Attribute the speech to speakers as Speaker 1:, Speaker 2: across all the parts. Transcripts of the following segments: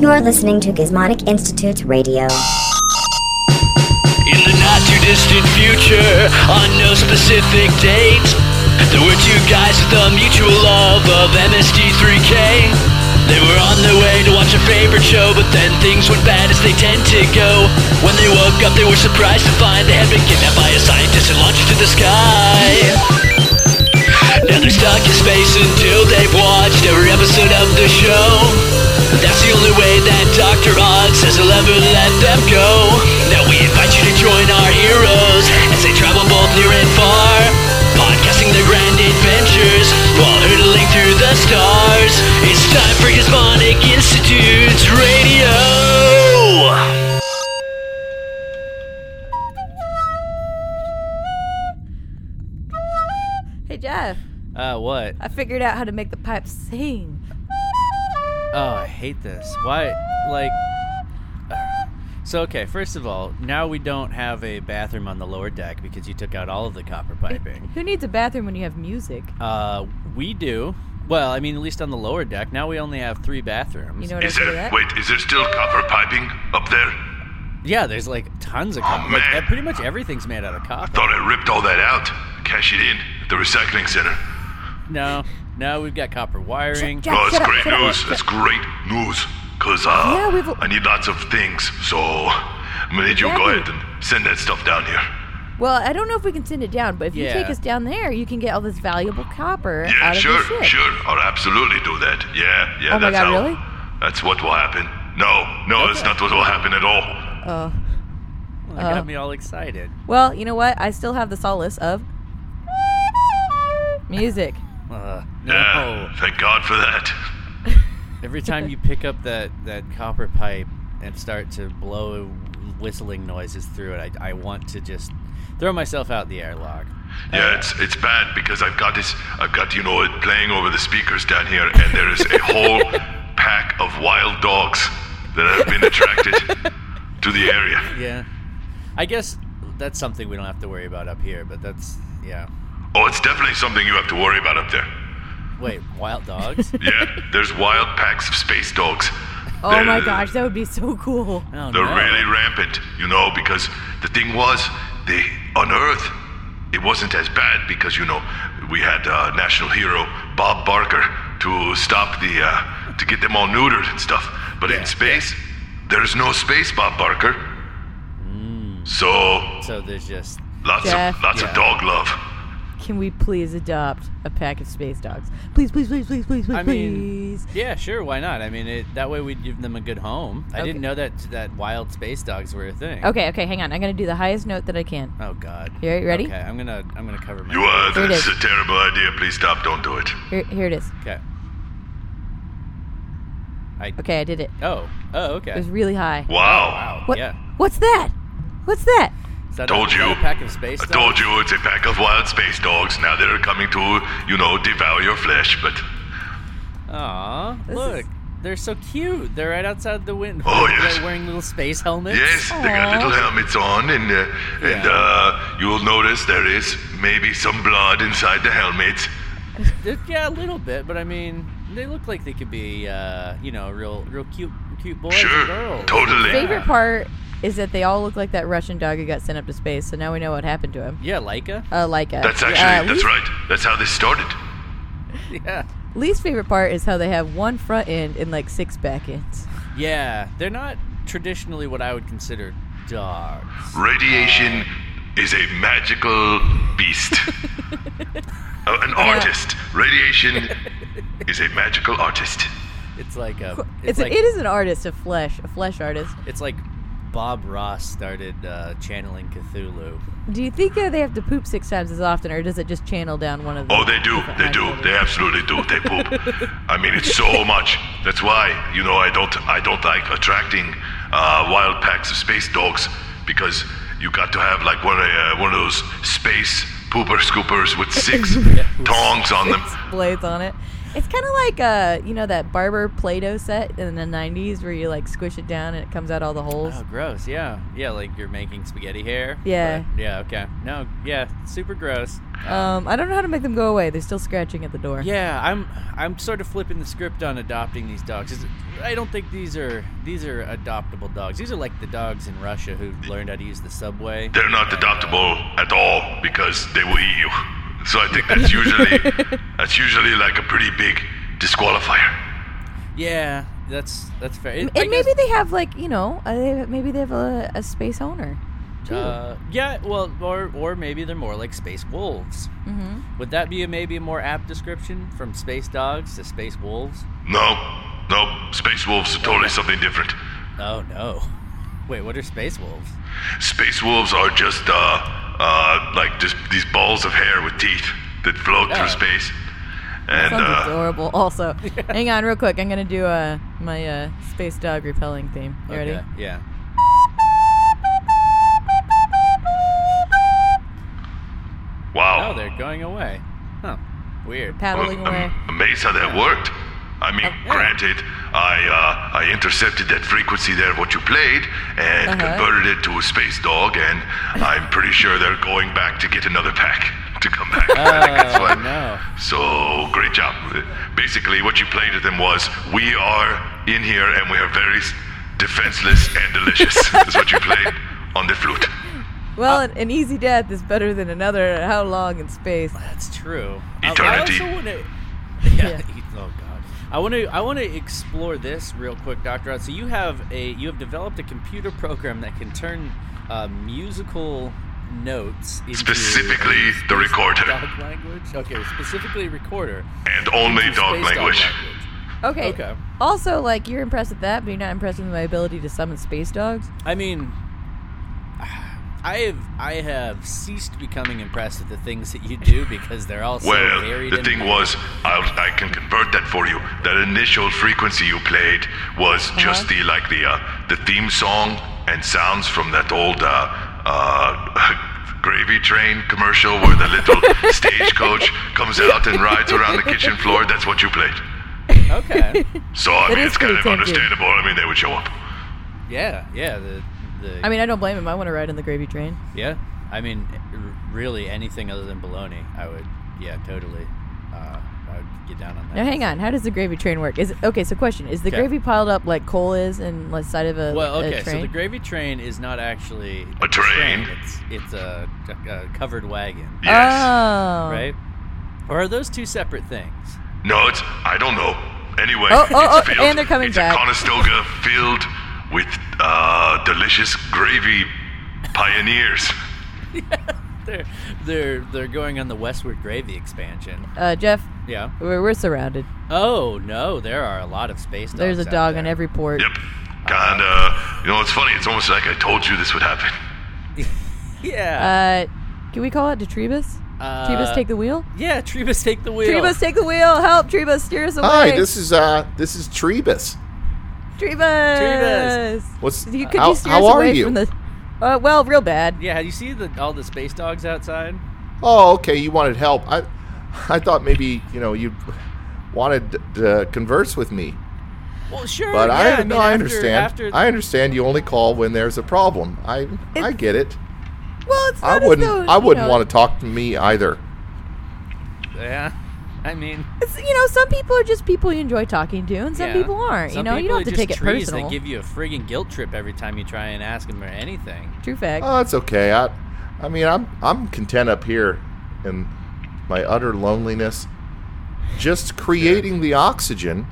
Speaker 1: You're listening to Gizmonic Institute's radio.
Speaker 2: In the not too distant future, on no specific date, there were two guys with a mutual love of MSD3K. They were on their way to watch a favorite show, but then things went bad as they tend to go. When they woke up, they were surprised to find they had been kidnapped by a scientist and launched into the sky. Now they're stuck in space until they've watched every episode of the show. That's the only way that Dr. Odd says he'll ever let them go. Now we invite you to join our heroes as they travel both near and far, podcasting their grand adventures while hurtling through the stars. It's time for Hispanic Institute's radio.
Speaker 3: Hey Jeff,
Speaker 4: Uh, what?
Speaker 3: I figured out how to make the pipes sing.
Speaker 4: Oh, I hate this. Why? Like. uh, So, okay, first of all, now we don't have a bathroom on the lower deck because you took out all of the copper piping.
Speaker 3: Who needs a bathroom when you have music?
Speaker 4: Uh, we do. Well, I mean, at least on the lower deck, now we only have three bathrooms.
Speaker 3: You know what
Speaker 5: Is
Speaker 3: I do
Speaker 5: there
Speaker 3: that?
Speaker 5: wait? Is there still copper piping up there?
Speaker 4: yeah, there's like tons of copper. like,
Speaker 5: Oh, man.
Speaker 4: uh, pretty much everything's made out of copper.
Speaker 5: Thought I ripped all that out. Cash it in at the recycling center.
Speaker 4: No, no, we've got copper wiring.
Speaker 3: Jack,
Speaker 5: Oh,
Speaker 3: shut
Speaker 5: that's
Speaker 3: up,
Speaker 5: great
Speaker 3: shut up,
Speaker 5: news.
Speaker 3: shut
Speaker 5: That's great news. Cause uh,
Speaker 3: Yeah, we've-
Speaker 5: I need lots of things, so I'm gonna need you to go
Speaker 3: Exactly.
Speaker 5: ahead and send that stuff down here.
Speaker 3: Well, I don't know if we can send it down, but if you take
Speaker 4: Yeah.
Speaker 3: us down there, you can get all this valuable copper
Speaker 5: Yeah,
Speaker 3: out of
Speaker 5: sure,
Speaker 3: this ship.
Speaker 5: sure. I'll absolutely do that. Yeah, yeah.
Speaker 3: Oh my
Speaker 5: that's
Speaker 3: God,
Speaker 5: how.
Speaker 3: really?
Speaker 5: That's what will happen. No, no, that's not what will happen at all.
Speaker 3: Uh,
Speaker 4: That
Speaker 3: Uh-huh.
Speaker 4: got me all excited.
Speaker 3: well, you know what? I still have the solace of music.
Speaker 4: Uh, no.
Speaker 5: Yeah. Thank God for that.
Speaker 4: Every time you pick up that, that copper pipe and start to blow whistling noises through it, I, I want to just throw myself out the airlock.
Speaker 5: Yeah, it's it's bad because I've got this. I've got you know it playing over the speakers down here, and there is a whole pack of wild dogs that have been attracted to the area.
Speaker 4: Yeah. I guess that's something we don't have to worry about up here, but that's, yeah.
Speaker 5: Oh, it's definitely something you have to worry about up there.
Speaker 4: Wait, wild dogs?
Speaker 5: Yeah, there's wild packs of space dogs.
Speaker 3: Oh my gosh, that would be so cool.
Speaker 4: Oh,
Speaker 5: They're
Speaker 4: no.
Speaker 5: really rampant, you know, because the thing was, they on Earth, it wasn't as bad because you know we had uh, national hero Bob Barker to stop the uh, to get them all neutered and stuff. But in space, there's no space Bob Barker, so
Speaker 4: So there's just,
Speaker 5: lots
Speaker 3: Jeff.
Speaker 5: of lots
Speaker 4: Yeah.
Speaker 5: of dog love.
Speaker 3: Can we please adopt a pack of space dogs? Please, please, please, please, please, please,
Speaker 4: I mean,
Speaker 3: please.
Speaker 4: yeah, sure, why not? I mean, it, that way we'd give them a good home. I
Speaker 3: Okay.
Speaker 4: didn't know that that wild space dogs were a thing.
Speaker 3: Okay, okay, hang on. I'm gonna do the highest note that I can.
Speaker 4: Oh God.
Speaker 3: Here, you ready?
Speaker 4: Okay, I'm gonna, I'm gonna cover my.
Speaker 5: You uh, are
Speaker 3: Here it
Speaker 5: that's
Speaker 3: is.
Speaker 5: a terrible idea. Please stop. Don't do it.
Speaker 3: Here, here it is.
Speaker 4: Okay. I.
Speaker 3: Okay, I did it.
Speaker 4: Oh. Oh.
Speaker 3: It was
Speaker 4: Okay.
Speaker 3: really high.
Speaker 5: Wow.
Speaker 3: What?
Speaker 4: Yeah.
Speaker 3: What's that? What's that?
Speaker 4: Is that
Speaker 5: Told
Speaker 4: a, is that
Speaker 5: you.
Speaker 4: a pack of space.
Speaker 5: I
Speaker 4: dogs?
Speaker 5: told you it's a pack of wild space dogs. Now they're coming to, you know, devour your flesh, but
Speaker 4: Aw,
Speaker 3: This
Speaker 4: look,
Speaker 3: is-
Speaker 4: they're so cute. They're right outside the window.
Speaker 5: Oh, yes.
Speaker 4: They're wearing little space helmets.
Speaker 5: Yes, they got
Speaker 3: Aw.
Speaker 5: little helmets on, and uh, and
Speaker 4: Yeah.
Speaker 5: uh, you will notice there is maybe some blood inside the helmets.
Speaker 4: They're- yeah, a little bit, but I mean, they look like they could be, uh, you know, real, real cute, cute boys
Speaker 5: sure,
Speaker 4: and girls.
Speaker 5: totally.
Speaker 3: Favorite part is that they all look like that Russian dog who got sent up to space. So now we know what happened to him.
Speaker 4: Yeah, Leica.
Speaker 3: Uh, like a,
Speaker 5: That's actually
Speaker 3: uh,
Speaker 5: that's
Speaker 3: least,
Speaker 5: right. That's how this started.
Speaker 4: Yeah,
Speaker 3: Least favorite part is how they have one front end and like six back ends.
Speaker 4: yeah. They're not traditionally what I would consider dogs.
Speaker 5: Radiation is a magical beast. Uh, an artist. Radiation is a magical artist.
Speaker 4: It's like a.
Speaker 3: It's,
Speaker 4: It's,
Speaker 3: a
Speaker 4: like
Speaker 3: it is an artist, a flesh, a flesh artist.
Speaker 4: It's like Bob Ross started uh, channeling Cthulhu.
Speaker 3: Do you think uh, they have to poop six times as often, or does it just channel down one of them?
Speaker 5: Oh, they do. They do. They absolutely do. They poop. I mean, it's so much. That's why you know I don't. I don't like attracting uh, wild packs of space dogs because you got to have like one of uh, one of those space pooper scoopers with six tongs on them.
Speaker 3: blades on it. It's kind of like uh, you know that barber Play-Doh set in the '90s where you like squish it down and it comes out all the holes.
Speaker 4: Oh, gross. Yeah. Yeah, like you're making spaghetti hair.
Speaker 3: Yeah.
Speaker 4: but- yeah, okay. No, yeah, super gross.
Speaker 3: Um, I don't know how to make them go away. They're still scratching at the door.
Speaker 4: Yeah, I'm I'm sort of flipping the script on adopting these dogs. Is- I don't think these are these are adoptable dogs. These are like the dogs in Russia who learned how to use the subway.
Speaker 5: They're not adoptable at all because they will eat you. So I think that's usually that's usually like a pretty big disqualifier.
Speaker 4: Yeah, that's that's fair. It, I
Speaker 3: And maybe
Speaker 4: guess-
Speaker 3: they have like you know uh, they, maybe they have a, a space owner. too.
Speaker 4: Uh, yeah, well, or or maybe they're more like space wolves.
Speaker 3: hmm
Speaker 4: Would that be a, maybe a more apt description from space dogs to space wolves?
Speaker 5: No, no, space wolves are totally something different.
Speaker 4: Oh no! Wait, what are space wolves?
Speaker 5: Space wolves are just uh, uh, like just these balls of hair with teeth that float
Speaker 4: Oh.
Speaker 5: through space. And
Speaker 3: Sounds
Speaker 5: uh,
Speaker 3: adorable. Also, hang on real quick. I'm gonna do uh, my uh, space dog repelling theme. You
Speaker 4: Okay,
Speaker 3: ready?
Speaker 4: Yeah.
Speaker 5: wow,
Speaker 4: Oh, they're going away. Huh? Weird.
Speaker 3: Paddling
Speaker 5: Well,
Speaker 3: away.
Speaker 5: I'm amazed how that worked. I mean,
Speaker 4: yeah.
Speaker 5: granted, I uh, I intercepted that frequency there of what you played and
Speaker 3: Uh-huh.
Speaker 5: converted it to a space dog, and I'm pretty sure they're going back to get another pack to come back. I think that's
Speaker 4: Oh
Speaker 5: what.
Speaker 4: no!
Speaker 5: So great job. Basically, what you played to them was, we are in here and we are very s- defenseless and delicious. is what you played on the flute.
Speaker 3: Well, an, an easy death is better than another. How long in space?
Speaker 4: That's true.
Speaker 5: Eternity.
Speaker 4: I, I also want to.
Speaker 3: Yeah.
Speaker 4: Yeah. Oh God. I want to. I want to explore this real quick, Doctor Odd. So you have a. You have developed a computer program that can turn uh, musical notes into
Speaker 5: Specifically, the recorder.
Speaker 4: Dog language. Okay, specifically recorder.
Speaker 5: And only
Speaker 4: into
Speaker 5: dog
Speaker 4: space
Speaker 5: language.
Speaker 3: Okay.
Speaker 4: Okay.
Speaker 3: Also, like you're impressed with that, but you're not impressed with my ability to summon space dogs.
Speaker 4: I mean, I have I have ceased becoming impressed with the things that you do because they're all so
Speaker 5: Well,
Speaker 4: varied.
Speaker 5: the
Speaker 4: and-
Speaker 5: thing was, I'll, I can convert that for you. That initial frequency you played was
Speaker 4: Uh-huh.
Speaker 5: just the like the uh, the theme song and sounds from that old uh, uh, gravy train commercial where the little stagecoach comes out and rides around the kitchen floor. That's what you played.
Speaker 4: Okay.
Speaker 5: So I
Speaker 3: That
Speaker 5: mean,
Speaker 3: is
Speaker 5: it's kind
Speaker 3: pretty
Speaker 5: of
Speaker 3: tempting.
Speaker 5: understandable. I mean, they would show up.
Speaker 4: Yeah. Yeah. The. the
Speaker 3: I mean, I don't blame him. I want to ride on the gravy train.
Speaker 4: Yeah, I mean, r- really anything other than bologna, I would. Yeah, totally. Uh, I would get down on that.
Speaker 3: Now, hang on. How does the gravy train work? Is it, okay. So, question: Is the
Speaker 4: Okay.
Speaker 3: gravy piled up like coal is in the side of a
Speaker 4: Well,
Speaker 3: a
Speaker 4: okay, so
Speaker 3: train?
Speaker 4: the gravy train is not actually
Speaker 5: A train.
Speaker 4: It's it's a, a covered wagon,
Speaker 5: Yes.
Speaker 3: Oh.
Speaker 4: right? Or are those two separate things?
Speaker 5: No, it's I don't know. Anyway,
Speaker 3: Oh, oh,
Speaker 5: it's
Speaker 3: oh,
Speaker 5: filled-
Speaker 3: and they're coming
Speaker 5: it's
Speaker 3: back.
Speaker 5: a Conestoga filled with uh, delicious gravy pioneers.
Speaker 4: They're they're they're going on the westward gravy expansion.
Speaker 3: Uh, Jeff,
Speaker 4: Yeah.
Speaker 3: we're, we're surrounded.
Speaker 4: Oh no, there are a lot of space. Dogs
Speaker 3: There's a
Speaker 4: out
Speaker 3: dog
Speaker 4: there.
Speaker 3: on every port.
Speaker 5: Yep. And uh, you know, it's funny. It's almost like I told you this would happen.
Speaker 4: Yeah.
Speaker 3: Uh, can we call it to Trebus?
Speaker 4: Uh,
Speaker 3: Trebus, take the wheel.
Speaker 4: yeah, Trebus, take the wheel.
Speaker 3: Trebus, take the wheel. Help, Trebus, steer us away.
Speaker 6: Hi, this is uh, this is Trebus.
Speaker 3: Trebus.
Speaker 4: Trebus.
Speaker 6: What's
Speaker 3: You, could
Speaker 6: how,
Speaker 3: you steer
Speaker 6: how
Speaker 3: us
Speaker 6: are
Speaker 3: away
Speaker 6: you?
Speaker 3: from the? Uh, well, real bad.
Speaker 4: Yeah, you see the, all the space dogs outside?
Speaker 6: Oh, okay. You wanted help. I, I thought maybe you know you wanted to- to converse with
Speaker 3: Uh,
Speaker 6: me,
Speaker 4: Well, sure.
Speaker 6: but
Speaker 4: yeah,
Speaker 6: I
Speaker 4: mean,
Speaker 6: no, I
Speaker 4: after-
Speaker 6: understand.
Speaker 4: After,
Speaker 6: I understand. You only call when there's a problem. I I
Speaker 3: It's-
Speaker 6: get it.
Speaker 3: Well, it's
Speaker 6: I
Speaker 3: not as
Speaker 6: wouldn't.
Speaker 3: though,
Speaker 6: I wouldn't
Speaker 3: you know,
Speaker 6: want to talk to me either.
Speaker 4: yeah, I mean,
Speaker 3: It's, you know, some people are just people you enjoy talking to, and some
Speaker 4: yeah.
Speaker 3: people aren't. you
Speaker 4: Some
Speaker 3: know, you
Speaker 4: people
Speaker 3: don't have
Speaker 4: are
Speaker 3: to take it
Speaker 4: just trees
Speaker 3: personal.
Speaker 4: They give you a friggin' guilt trip every time you try and ask them or anything.
Speaker 3: True fact.
Speaker 6: Oh, it's okay. I, I mean, I'm I'm content up here, in my utter loneliness, just creating the oxygen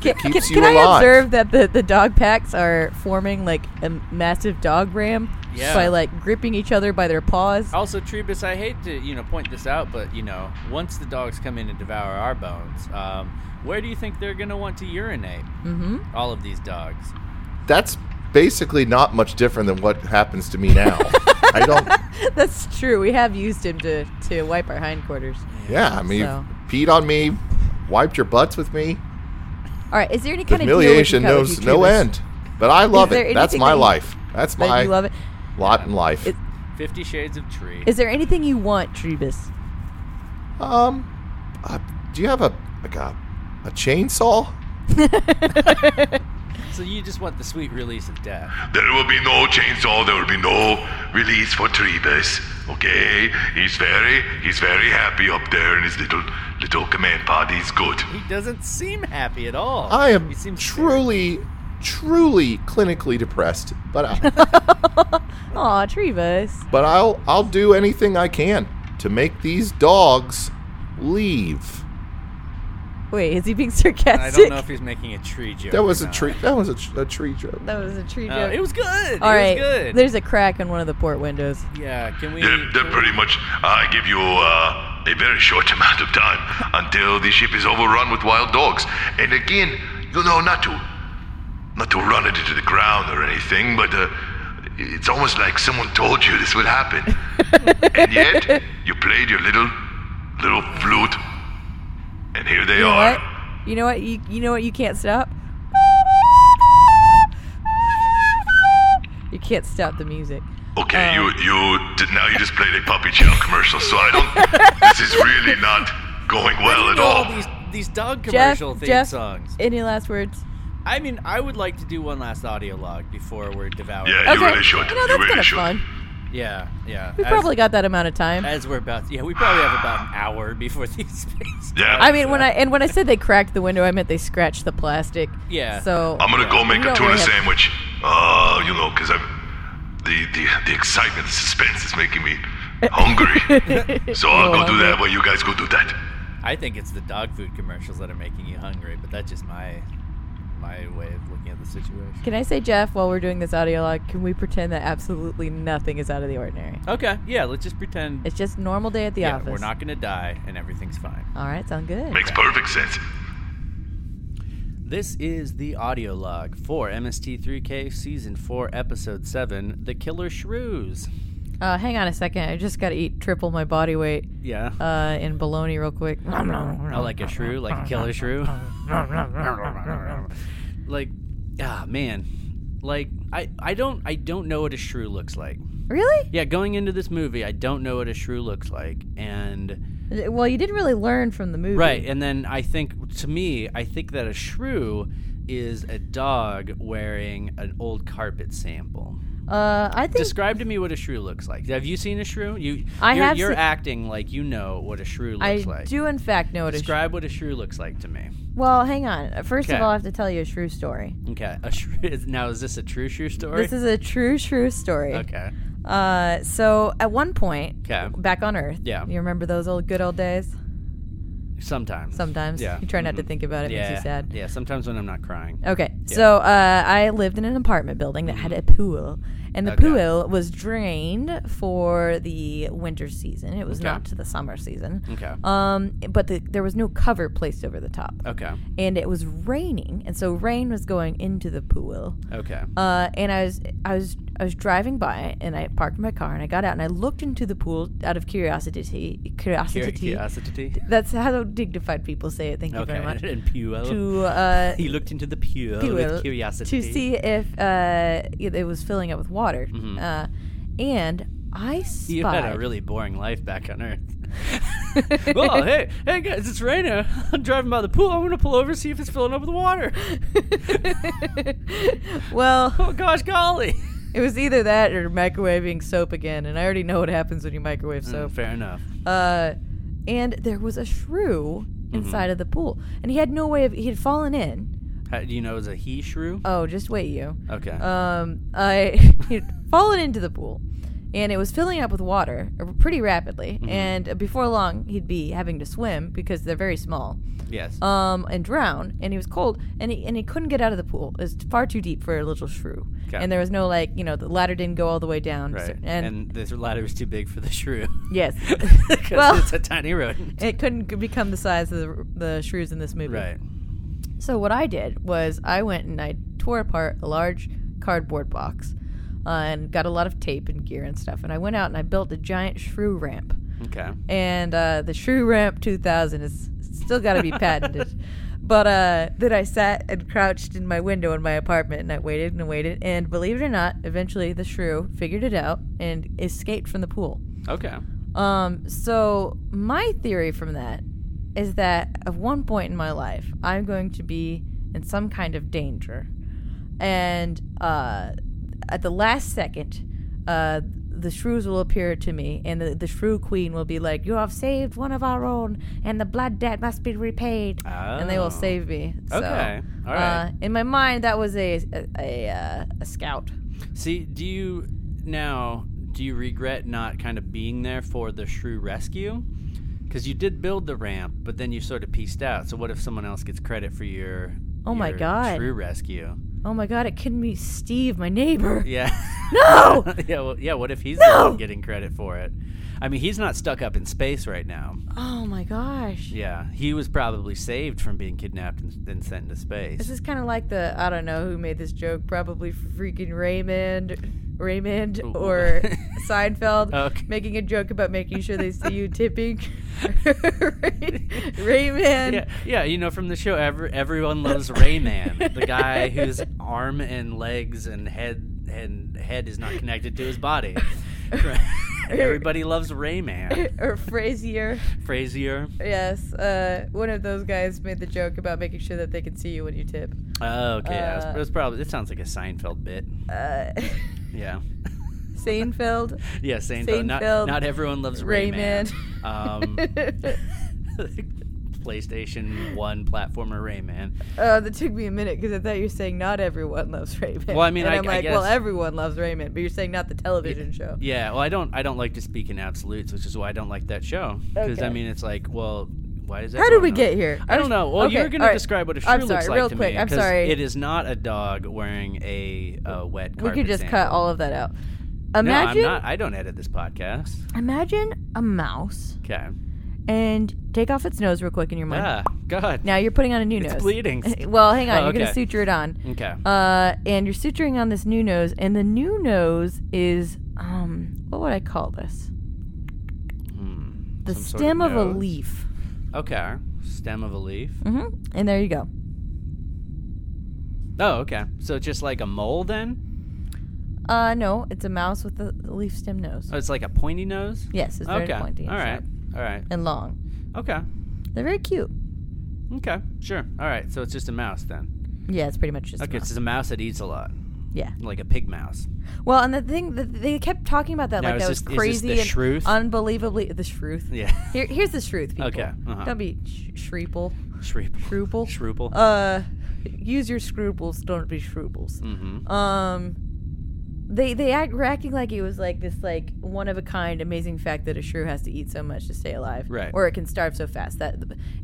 Speaker 3: can
Speaker 6: keeps
Speaker 3: can-
Speaker 6: you
Speaker 3: can I
Speaker 6: alive.
Speaker 3: observe that the, the dog packs are forming like a massive dog ram
Speaker 4: Yeah.
Speaker 3: by like gripping each other by their paws?
Speaker 4: Also, Trebus, I hate to you know point this out, but you know, once the dogs come in and devour our bones, um, where do you think they're gonna want to urinate?
Speaker 3: Mm-hmm.
Speaker 4: All of these dogs.
Speaker 6: that's basically not much different than what happens to me now. I don't.
Speaker 3: That's true. We have used him to, to wipe our hindquarters.
Speaker 6: Yeah, I mean,
Speaker 3: So.
Speaker 6: you've peed on me, wiped your butts with me.
Speaker 3: All right. Is there any
Speaker 6: The
Speaker 3: kind of deal we can
Speaker 6: humiliation
Speaker 3: cut
Speaker 6: knows
Speaker 3: with you,
Speaker 6: no
Speaker 3: Trevis?
Speaker 6: end. But I love
Speaker 3: there
Speaker 6: it. That's
Speaker 3: anything
Speaker 6: my
Speaker 3: that you-
Speaker 6: life. That's
Speaker 3: That
Speaker 6: my
Speaker 3: you love it.
Speaker 6: lot in life.
Speaker 3: Is-
Speaker 4: Fifty Shades of Tree.
Speaker 3: Is there anything you want, Trebus?
Speaker 6: um, uh, do you have a like a A chainsaw?
Speaker 4: So you just want the sweet release of death.
Speaker 5: There will be no chainsaw, there will be no release for Trebus. Okay? He's very he's very happy up there in his little little command pod. He's good.
Speaker 4: He doesn't seem happy at all.
Speaker 6: I am
Speaker 4: He seems
Speaker 6: truly, truly clinically depressed, but I,
Speaker 3: Aw, Trevis.
Speaker 6: but I'll I'll do anything I can to make these dogs leave.
Speaker 3: Wait, is he being
Speaker 4: I
Speaker 3: sarcastic?
Speaker 4: don't know if he's making a tree joke.
Speaker 6: That
Speaker 4: or
Speaker 6: was a
Speaker 4: not.
Speaker 6: tree. That was a, tr- a tree joke.
Speaker 3: that was a tree
Speaker 4: No,
Speaker 3: joke.
Speaker 4: Uh, it was good.
Speaker 3: All
Speaker 4: it
Speaker 3: right,
Speaker 4: was good.
Speaker 3: there's a crack in one of the port windows.
Speaker 4: yeah, can we?
Speaker 5: They're, they're pretty much I give you uh, a very short amount of time until the ship is overrun with wild dogs. And again, you know not to not to run it into the ground or anything, but uh, it's almost like someone told you this would happen. and yet you played your little little flute. And here they
Speaker 3: You know
Speaker 5: are.
Speaker 3: what? You know what? You, you know what? You can't stop. You can't stop the music. Um,
Speaker 5: Okay, you you did, now you just played a puppy chow commercial, so I don't. this is really not going well at
Speaker 4: No,
Speaker 5: all.
Speaker 4: these these dog
Speaker 3: Jeff,
Speaker 4: commercial theme
Speaker 3: Jeff,
Speaker 4: songs.
Speaker 3: any last words?
Speaker 4: I mean, I would like to do one last audio log before we're devoured.
Speaker 5: Yeah, you really should.
Speaker 3: You know, that's
Speaker 5: you
Speaker 3: kind
Speaker 5: really
Speaker 3: of
Speaker 5: should.
Speaker 3: fun.
Speaker 4: yeah, yeah.
Speaker 3: We
Speaker 4: as,
Speaker 3: probably got that amount of time.
Speaker 4: as we're about. Yeah, we probably have about an hour before these. things-
Speaker 5: Yeah.
Speaker 3: I mean, when I and when I said they cracked the window, I meant they scratched the plastic.
Speaker 4: Yeah.
Speaker 3: So
Speaker 5: I'm gonna go make
Speaker 3: We
Speaker 5: a
Speaker 3: don't
Speaker 5: tuna
Speaker 3: really have-
Speaker 5: sandwich. Uh, you know, because I'm the, the the excitement, the suspense is making me hungry. so I'll go do that while you guys go do that.
Speaker 4: I think it's the dog food commercials that are making you hungry, but that's just my my way of looking at the situation.
Speaker 3: Can I say, Jeff, while we're doing this audio log, can we pretend that absolutely nothing is out of the ordinary?
Speaker 4: Okay, yeah, let's just pretend
Speaker 3: It's just normal day at the
Speaker 4: yeah,
Speaker 3: office.
Speaker 4: we're not gonna die and everything's fine.
Speaker 3: All right, sound good.
Speaker 5: Makes perfect sense.
Speaker 4: This is the audio log for MST3K Season 4, Episode 7 The Killer Shrews.
Speaker 3: Uh, hang on a second. I just got to eat triple my body weight
Speaker 4: Yeah.
Speaker 3: uh, in bologna real quick.
Speaker 4: I like a shrew, like a killer shrew. like, ah, man. Like, I, I don't I don't know what a shrew looks like.
Speaker 3: Really?
Speaker 4: Yeah, going into this movie, I don't know what a shrew looks like. And,
Speaker 3: Well, you didn't really learn from the movie.
Speaker 4: right, and then I think, to me, I think that a shrew is a dog wearing an old carpet sample.
Speaker 3: Uh, I think
Speaker 4: Describe to me what a shrew looks like. Have you seen a shrew? You,
Speaker 3: I
Speaker 4: you're,
Speaker 3: have
Speaker 4: You're
Speaker 3: seen-
Speaker 4: acting like you know what a shrew looks
Speaker 3: I
Speaker 4: like.
Speaker 3: do, in fact, know what a shrew.
Speaker 4: Describe what a shrew looks like to me.
Speaker 3: Well, hang on. First
Speaker 4: Okay.
Speaker 3: of all, I have to tell you a shrew story.
Speaker 4: Okay, a shrew. Is, now is this a true shrew story?
Speaker 3: This is a true shrew story.
Speaker 4: okay.
Speaker 3: Uh, so at one point,
Speaker 4: Okay.
Speaker 3: back on Earth,
Speaker 4: Yeah.
Speaker 3: you remember those old good old days?
Speaker 4: Sometimes.
Speaker 3: Sometimes
Speaker 4: Yeah. Mm-hmm.
Speaker 3: you try not to think about it; it
Speaker 4: yeah.
Speaker 3: makes you sad.
Speaker 4: Yeah. Sometimes when I'm not crying.
Speaker 3: Okay, so uh, I lived in an apartment building that had a pool, and the
Speaker 4: Mm-hmm. Okay.
Speaker 3: pool was drained for the winter season. It was
Speaker 4: Okay.
Speaker 3: not the summer season.
Speaker 4: Okay.
Speaker 3: Um, but the, there was no cover placed over the top,
Speaker 4: Okay.
Speaker 3: and it was raining, and so rain was going into the pool.
Speaker 4: Okay.
Speaker 3: Uh, and I was I was I was driving by, and I parked my car, and I got out, and I looked into the pool out of curiosity. Curiosity.
Speaker 4: Curiosity.
Speaker 3: That's how dignified people say it. Thank you
Speaker 4: Okay.
Speaker 3: very much.
Speaker 4: and Puel.
Speaker 3: To uh,
Speaker 4: He looked into the Puel,
Speaker 3: Fuel
Speaker 4: with curiosity.
Speaker 3: to see if uh, it it was filling up with water. Uh, and I spied.
Speaker 4: Mm-hmm. You had a really boring life back on Earth. well, hey, hey guys, it's raining. I'm driving by the pool. I'm gonna pull over see if it's filling up with water.
Speaker 3: well,
Speaker 4: Oh gosh, golly.
Speaker 3: it was either that or microwaving soap again, and I already know what happens when you microwave
Speaker 4: So
Speaker 3: soap.
Speaker 4: Mm, fair enough.
Speaker 3: Uh, and there was a shrew
Speaker 4: Mm-hmm.
Speaker 3: inside of the pool, and he had no way of he had fallen in.
Speaker 4: How, do you know it's a he shrew?
Speaker 3: Oh, just wait, you.
Speaker 4: okay.
Speaker 3: Um, I he'd fallen into the pool, and it was filling up with water uh, pretty rapidly.
Speaker 4: Mm-hmm.
Speaker 3: And before long, he'd be having to swim because they're very small,
Speaker 4: yes.
Speaker 3: um, and drown. And he was cold, and he and he couldn't get out of the pool. It's far too deep for a little shrew,
Speaker 4: 'Kay.
Speaker 3: and there was no like you know the ladder didn't go all the way down. so-
Speaker 4: right.
Speaker 3: and,
Speaker 4: And, this ladder was too big for the shrew.
Speaker 3: yes,
Speaker 4: 'Cause
Speaker 3: Well-
Speaker 4: it's a tiny rodent.
Speaker 3: it couldn't g- become the size of the, the shrews in this movie.
Speaker 4: Right.
Speaker 3: So what I did was I went and I tore apart a large cardboard box uh, and got a lot of tape and gear and stuff. And I went out and I built a giant shrew ramp.
Speaker 4: Okay.
Speaker 3: And uh, the shrew ramp 2000 is still got to be patented. But uh, then I sat and crouched in my window in my apartment and I waited and waited. And believe it or not, eventually the shrew figured it out and escaped from the pool.
Speaker 4: Okay.
Speaker 3: Um, so my theory from that is that at one point in my life, I'm going to be in some kind of danger. And uh, at the last second, uh, the shrews will appear to me, and the, the shrew queen will be like, You have saved one of our own, and the blood debt must be repaid. And they
Speaker 4: Oh.
Speaker 3: will save me. So,
Speaker 4: Okay. All right.
Speaker 3: Uh, in my mind, that was a, a, a, uh, a scout.
Speaker 4: See, do you now do you regret not kind of being there for the shrew rescue? Because you did build the ramp, but then you sort of pieced out. So what if someone else gets credit for your
Speaker 3: Oh my
Speaker 4: your
Speaker 3: God.
Speaker 4: shrew rescue?
Speaker 3: Oh my god, it couldn't be Steve, my neighbor.
Speaker 4: Yeah.
Speaker 3: No!
Speaker 4: yeah. Well, yeah. What if he's the
Speaker 3: No!
Speaker 4: one getting credit for it? I mean, he's not stuck up in space right now.
Speaker 3: Oh my gosh.
Speaker 4: Yeah, he was probably saved from being kidnapped and, and sent into space.
Speaker 3: This is kind of like the I don't know who made this joke, probably freaking Raymond, Raymond
Speaker 4: Ooh.
Speaker 3: or Seinfeld,
Speaker 4: Okay.
Speaker 3: making a joke about making sure they see you tipping. Raymond.
Speaker 4: Yeah, yeah, you know from the show, every, everyone loves Rayman, the guy whose arm and legs and head and head is not connected to his body. Right. Everybody loves Rayman.
Speaker 3: Or Frazier,
Speaker 4: Frazier.
Speaker 3: yes. Uh, one of those guys made the joke about making sure that they can see you when you tip.
Speaker 4: Oh, okay, yeah, it's, it's probably it sounds like a Seinfeld bit.
Speaker 3: Uh,
Speaker 4: Yeah,
Speaker 3: Seinfeld,
Speaker 4: yeah, Seinfeld. Not,
Speaker 3: Seinfeld,
Speaker 4: not everyone loves Rayman.
Speaker 3: Rayman.
Speaker 4: Um, PlayStation One platformer Rayman.
Speaker 3: Oh, that took me a minute because I thought you were saying not everyone loves Raymond.
Speaker 4: Well, I mean,
Speaker 3: and
Speaker 4: I-
Speaker 3: am
Speaker 4: I
Speaker 3: like, well,
Speaker 4: guess-
Speaker 3: everyone loves Raymond, but you're saying not the television show.
Speaker 4: Yeah, well, I don't, I don't like to speak in absolutes, which is why I don't like that show. Because I
Speaker 3: Okay.
Speaker 4: mean, it's like, well, why does that?
Speaker 3: How did we
Speaker 4: on?
Speaker 3: get here?
Speaker 4: I don't know. Well,
Speaker 3: Okay,
Speaker 4: you're going to
Speaker 3: all right.
Speaker 4: describe what a shrew
Speaker 3: I'm
Speaker 4: looks
Speaker 3: sorry,
Speaker 4: like
Speaker 3: real
Speaker 4: to
Speaker 3: quick,
Speaker 4: me.
Speaker 3: I'm
Speaker 4: 'cause
Speaker 3: sorry.
Speaker 4: It is not a dog wearing a, a wet.
Speaker 3: We
Speaker 4: Carpet
Speaker 3: could just cut
Speaker 4: sample.
Speaker 3: all of that out.
Speaker 4: No,
Speaker 3: Imagine,
Speaker 4: I'm not. I don't edit this podcast.
Speaker 3: imagine a mouse
Speaker 4: Okay.
Speaker 3: and take off its nose real quick in your mind.
Speaker 4: Ah, God.
Speaker 3: Now you're putting on a new
Speaker 4: It's
Speaker 3: nose.
Speaker 4: bleeding.
Speaker 3: well, hang on.
Speaker 4: Oh,
Speaker 3: You're
Speaker 4: okay.
Speaker 3: gonna suture it on.
Speaker 4: okay.
Speaker 3: Uh, and you're suturing on this new nose, and the new nose is um, what would I call this?
Speaker 4: Hmm.
Speaker 3: The
Speaker 4: Some sort
Speaker 3: stem of, a
Speaker 4: nose.
Speaker 3: leaf.
Speaker 4: Okay. Stem of a leaf.
Speaker 3: hmm And there you go.
Speaker 4: Oh, okay. So just like a mole then?
Speaker 3: Uh, no, it's a mouse with a leaf stem nose.
Speaker 4: Oh, it's like a pointy nose.
Speaker 3: Yes, it's very
Speaker 4: okay.
Speaker 3: pointy. and
Speaker 4: all right.
Speaker 3: sharp
Speaker 4: All right.
Speaker 3: And long.
Speaker 4: Okay.
Speaker 3: They're very cute.
Speaker 4: Okay. Sure. All right. So it's just a mouse then.
Speaker 3: Yeah, it's pretty much just. a
Speaker 4: Okay.
Speaker 3: mouse.
Speaker 4: It's just a mouse that eats a lot,
Speaker 3: Yeah.
Speaker 4: like a pig mouse.
Speaker 3: Well, and the thing that they kept talking about that
Speaker 4: Now,
Speaker 3: like
Speaker 4: is
Speaker 3: that
Speaker 4: this- is
Speaker 3: was
Speaker 4: this
Speaker 3: crazy
Speaker 4: the
Speaker 3: and
Speaker 4: shrew?
Speaker 3: unbelievably the shrew.
Speaker 4: Yeah.
Speaker 3: Here, here's the shrew, people.
Speaker 4: Okay, uh-huh.
Speaker 3: Don't be sh- shreeple.
Speaker 4: Shreeple.
Speaker 3: Shreeple.
Speaker 4: Shreeple.
Speaker 3: Uh, use your scruples. Don't be shreuples.
Speaker 4: mm-hmm.
Speaker 3: Um, they they act were acting like it was like this like one of a kind amazing fact that a shrew has to eat so much to stay alive,
Speaker 4: Right.
Speaker 3: Or it can starve so fast that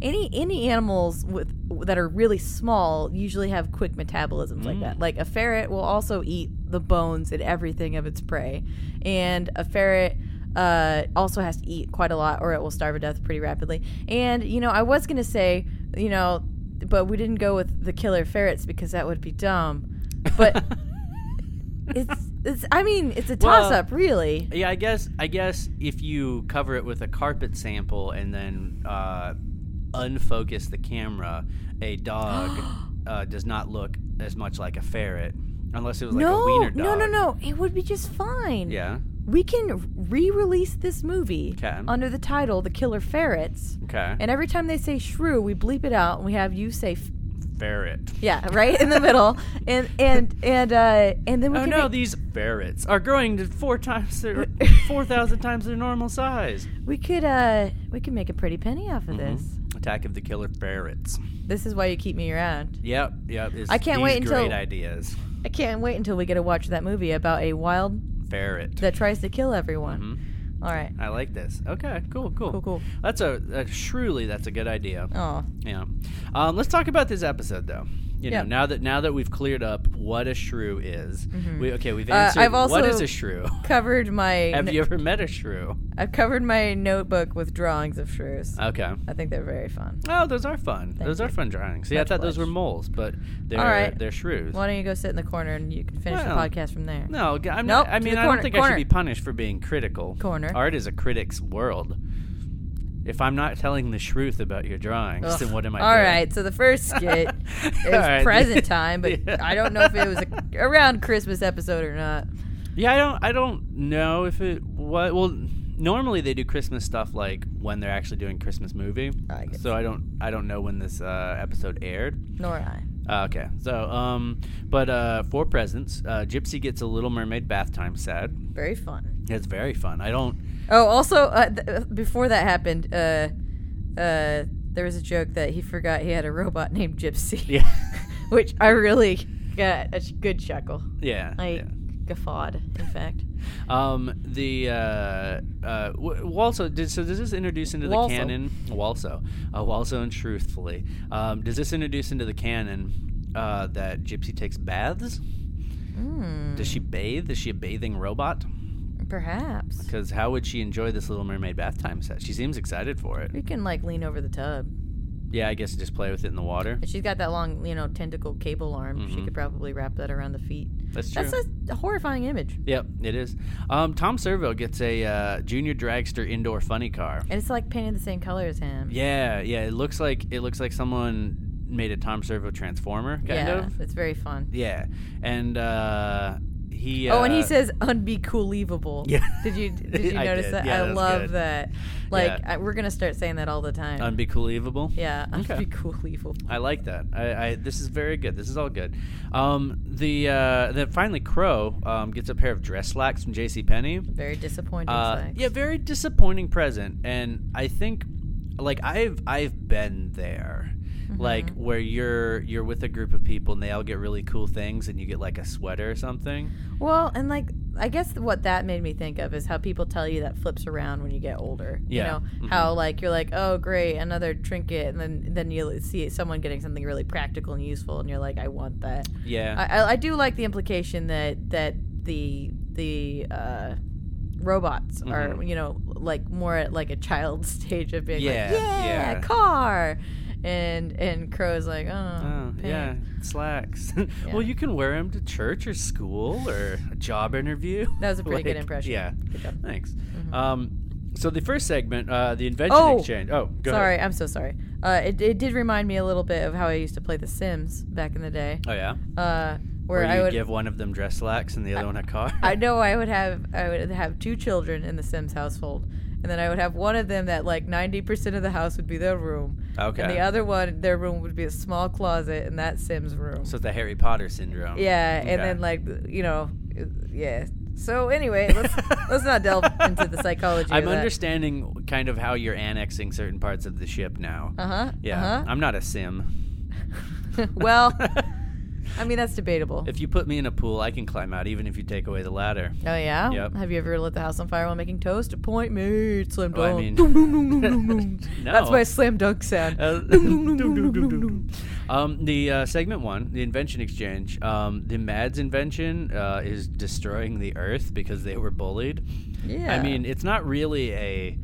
Speaker 3: any any animals with that are really small usually have quick metabolisms like that. Like a ferret will also eat the bones and everything of its prey, and a ferret. Uh, also has to eat quite a lot, or it will starve to death pretty rapidly. And you know, I was gonna say, you know, but we didn't go with the killer ferrets because that would be dumb. But it's it's I mean, it's a
Speaker 4: Well-
Speaker 3: toss up, really.
Speaker 4: Yeah, I guess I guess if you cover it with a carpet sample and then uh, unfocus the camera, a dog uh, does not look as much like a ferret, unless it was like a
Speaker 3: no,
Speaker 4: wiener dog.
Speaker 3: no, no, no. It would be just fine.
Speaker 4: Yeah.
Speaker 3: We can re-release this movie
Speaker 4: Okay.
Speaker 3: under the title The Killer Ferrets.
Speaker 4: Okay.
Speaker 3: And every time they say shrew, we bleep it out and we have you say f-
Speaker 4: ferret.
Speaker 3: yeah, right in the middle. And and and uh and then we
Speaker 4: Oh
Speaker 3: can
Speaker 4: no,
Speaker 3: make-
Speaker 4: these ferrets are growing to four times their four thousand times their normal size.
Speaker 3: we could uh we could make a pretty penny off of
Speaker 4: Mm-hmm.
Speaker 3: this.
Speaker 4: Attack of the killer ferrets.
Speaker 3: This is why you keep me around.
Speaker 4: Yep, yep. it's
Speaker 3: I can't
Speaker 4: these
Speaker 3: wait until-
Speaker 4: great ideas.
Speaker 3: I can't wait until we get to watch that movie about a wild
Speaker 4: Ferret.
Speaker 3: that tries to kill everyone.
Speaker 4: Mm-hmm.
Speaker 3: All right.
Speaker 4: I like this. Okay, cool, cool,
Speaker 3: Cool, cool.
Speaker 4: That's a, a shrewly. That's a good idea.
Speaker 3: Oh,
Speaker 4: Yeah. Um, let's talk about this episode though. You know,
Speaker 3: Yeah.
Speaker 4: now that now that we've cleared up what a shrew is, we, okay, we've
Speaker 3: Uh,
Speaker 4: answered.
Speaker 3: I've
Speaker 4: what
Speaker 3: also-
Speaker 4: is a shrew?
Speaker 3: covered my
Speaker 4: Have
Speaker 3: no-
Speaker 4: you ever met a shrew?
Speaker 3: I've covered my notebook with drawings of shrews.
Speaker 4: Okay.
Speaker 3: I think they're very fun.
Speaker 4: Oh, those are fun. those are
Speaker 3: you.
Speaker 4: fun drawings. See, I
Speaker 3: Much
Speaker 4: thought those were
Speaker 3: obliged.
Speaker 4: moles, but they're
Speaker 3: All right.
Speaker 4: they're shrews.
Speaker 3: Why don't you go sit in the corner and you can finish
Speaker 4: Well,
Speaker 3: the podcast from there?
Speaker 4: No, g- I'm
Speaker 3: Nope,
Speaker 4: not, I
Speaker 3: to
Speaker 4: mean,
Speaker 3: the
Speaker 4: I don't
Speaker 3: corner,
Speaker 4: think I
Speaker 3: corner.
Speaker 4: should be punished for being critical.
Speaker 3: Corner.
Speaker 4: Art is a critic's world. If I'm not telling the truth about your drawings,
Speaker 3: Ugh.
Speaker 4: then what am I
Speaker 3: All
Speaker 4: doing?
Speaker 3: right, so the first skit is
Speaker 4: All right.
Speaker 3: present time, but
Speaker 4: Yeah.
Speaker 3: I don't know if it was a, around Christmas episode or not.
Speaker 4: Yeah, I don't. I don't know if it was. Well, normally they do Christmas stuff like when they're actually doing Christmas movie.
Speaker 3: I guess.
Speaker 4: so I don't I don't know when this uh, episode aired.
Speaker 3: Nor I.
Speaker 4: Uh, okay, so um, but uh, for presents, uh, Gypsy gets a Little Mermaid bath time set.
Speaker 3: Very fun.
Speaker 4: It's very fun. I don't.
Speaker 3: Oh, also, uh, th- uh, before that happened, uh, uh, there was a joke that he forgot he had a robot named Gypsy,
Speaker 4: Yeah,
Speaker 3: which I really got a ch- good chuckle.
Speaker 4: yeah.
Speaker 3: I
Speaker 4: yeah.
Speaker 3: guffawed, in fact.
Speaker 4: Um, the uh, uh, w- Walso. Did, so does this introduce into the
Speaker 3: Walso.
Speaker 4: canon? Walso, uh, Walso, and truthfully, um, does this introduce into the canon uh, that Gypsy takes baths?
Speaker 3: Hmm.
Speaker 4: Does she bathe? Is she a bathing robot?
Speaker 3: Perhaps.
Speaker 4: Because how would she enjoy this Little Mermaid bath time set? She seems excited for it.
Speaker 3: You can, like, lean over the tub.
Speaker 4: Yeah, I guess just play with it in the water.
Speaker 3: If she's got that long, you know, tentacle cable arm, she could probably wrap that around the feet.
Speaker 4: Mm-hmm. That's true.
Speaker 3: That's a horrifying image.
Speaker 4: Yep, it is. Um, Tom Servo gets a uh, junior dragster indoor funny car.
Speaker 3: And it's, like, painted the same color as him.
Speaker 4: Yeah, yeah. It looks like it looks like someone made a Tom Servo transformer kind
Speaker 3: Yeah,
Speaker 4: of.
Speaker 3: it's very fun.
Speaker 4: Yeah, and uh, he.
Speaker 3: Oh, and he
Speaker 4: uh,
Speaker 3: says unbecoolivable.
Speaker 4: Yeah.
Speaker 3: Did you did you
Speaker 4: I
Speaker 3: notice
Speaker 4: did.
Speaker 3: that?
Speaker 4: Yeah,
Speaker 3: I
Speaker 4: that's
Speaker 3: love
Speaker 4: good.
Speaker 3: that. Like
Speaker 4: Yeah.
Speaker 3: I, we're gonna start saying that all the time.
Speaker 4: unbelievable.
Speaker 3: yeah,
Speaker 4: Okay.
Speaker 3: unbecoolivable.
Speaker 4: I like that. I, I this is very good. This is all good. Um, the uh, then finally Crow um, gets a pair of dress slacks from J.C. Penney.
Speaker 3: Very disappointing.
Speaker 4: Uh,
Speaker 3: sex.
Speaker 4: yeah, very disappointing present, and I think like I've I've been there.
Speaker 3: Mm-hmm.
Speaker 4: Like where you're you're with a group of people and they all get really cool things and you get like a sweater or something.
Speaker 3: Well, and like I guess what that made me think of is how people tell you that flips around when you get older.
Speaker 4: Yeah. mm-hmm.
Speaker 3: You know how like you're like, oh great, another trinket, and then then you see someone getting something really practical and useful, and you're like, I want that.
Speaker 4: Yeah.
Speaker 3: I, I, I do like the implication that that the the uh, robots
Speaker 4: Mm-hmm.
Speaker 3: are you know like more at like a child stage of being
Speaker 4: Yeah,
Speaker 3: like yeah,
Speaker 4: yeah.
Speaker 3: car and and crow's like oh,
Speaker 4: Oh,
Speaker 3: pink."
Speaker 4: yeah, slacks. well, you can wear them to church or school or a job interview.
Speaker 3: That was a pretty good impression.
Speaker 4: Yeah.
Speaker 3: Good job. Mm-hmm.
Speaker 4: Thanks. Um, so the first segment, uh, the invention
Speaker 3: Oh!
Speaker 4: exchange. Oh, go
Speaker 3: sorry
Speaker 4: ahead.
Speaker 3: I'm so sorry uh, it it did remind me a little bit of how I used to play The Sims back in the day
Speaker 4: Oh yeah.
Speaker 3: uh, where,
Speaker 4: Where you
Speaker 3: I would
Speaker 4: give one of them dress slacks and the other one a car.
Speaker 3: I know I would have I would have two children in the Sims household, and then I would have one of them that like ninety percent of the house would be their room,
Speaker 4: Okay.
Speaker 3: and the other one their room would be a small closet in that Sims room.
Speaker 4: so it's the Harry Potter syndrome.
Speaker 3: yeah,
Speaker 4: Okay.
Speaker 3: and then like you know, yeah. So anyway, let's let's not delve into the psychology.
Speaker 4: I'm
Speaker 3: of
Speaker 4: understanding kind of how you're annexing certain parts of the ship now.
Speaker 3: Uh huh.
Speaker 4: Yeah, I'm not a sim.
Speaker 3: Uh-huh. well, I mean that's debatable.
Speaker 4: If you put me in a pool, I can climb out, even if you take away the ladder.
Speaker 3: oh yeah.
Speaker 4: Yep.
Speaker 3: Have you ever lit the house on fire while making toast? Appoint me, slam dunk.
Speaker 4: Well, Oh, I mean-
Speaker 3: Dum, dum, dum, dum, dum, dum. That's
Speaker 4: No.
Speaker 3: my slam dunk sound.
Speaker 4: Uh,
Speaker 3: Dum, dum, dum, dum, dum.
Speaker 4: um, the uh, segment one, the invention exchange. Um, the Mads invention uh, is destroying the Earth because they were bullied.
Speaker 3: Yeah.
Speaker 4: I mean, it's not really a,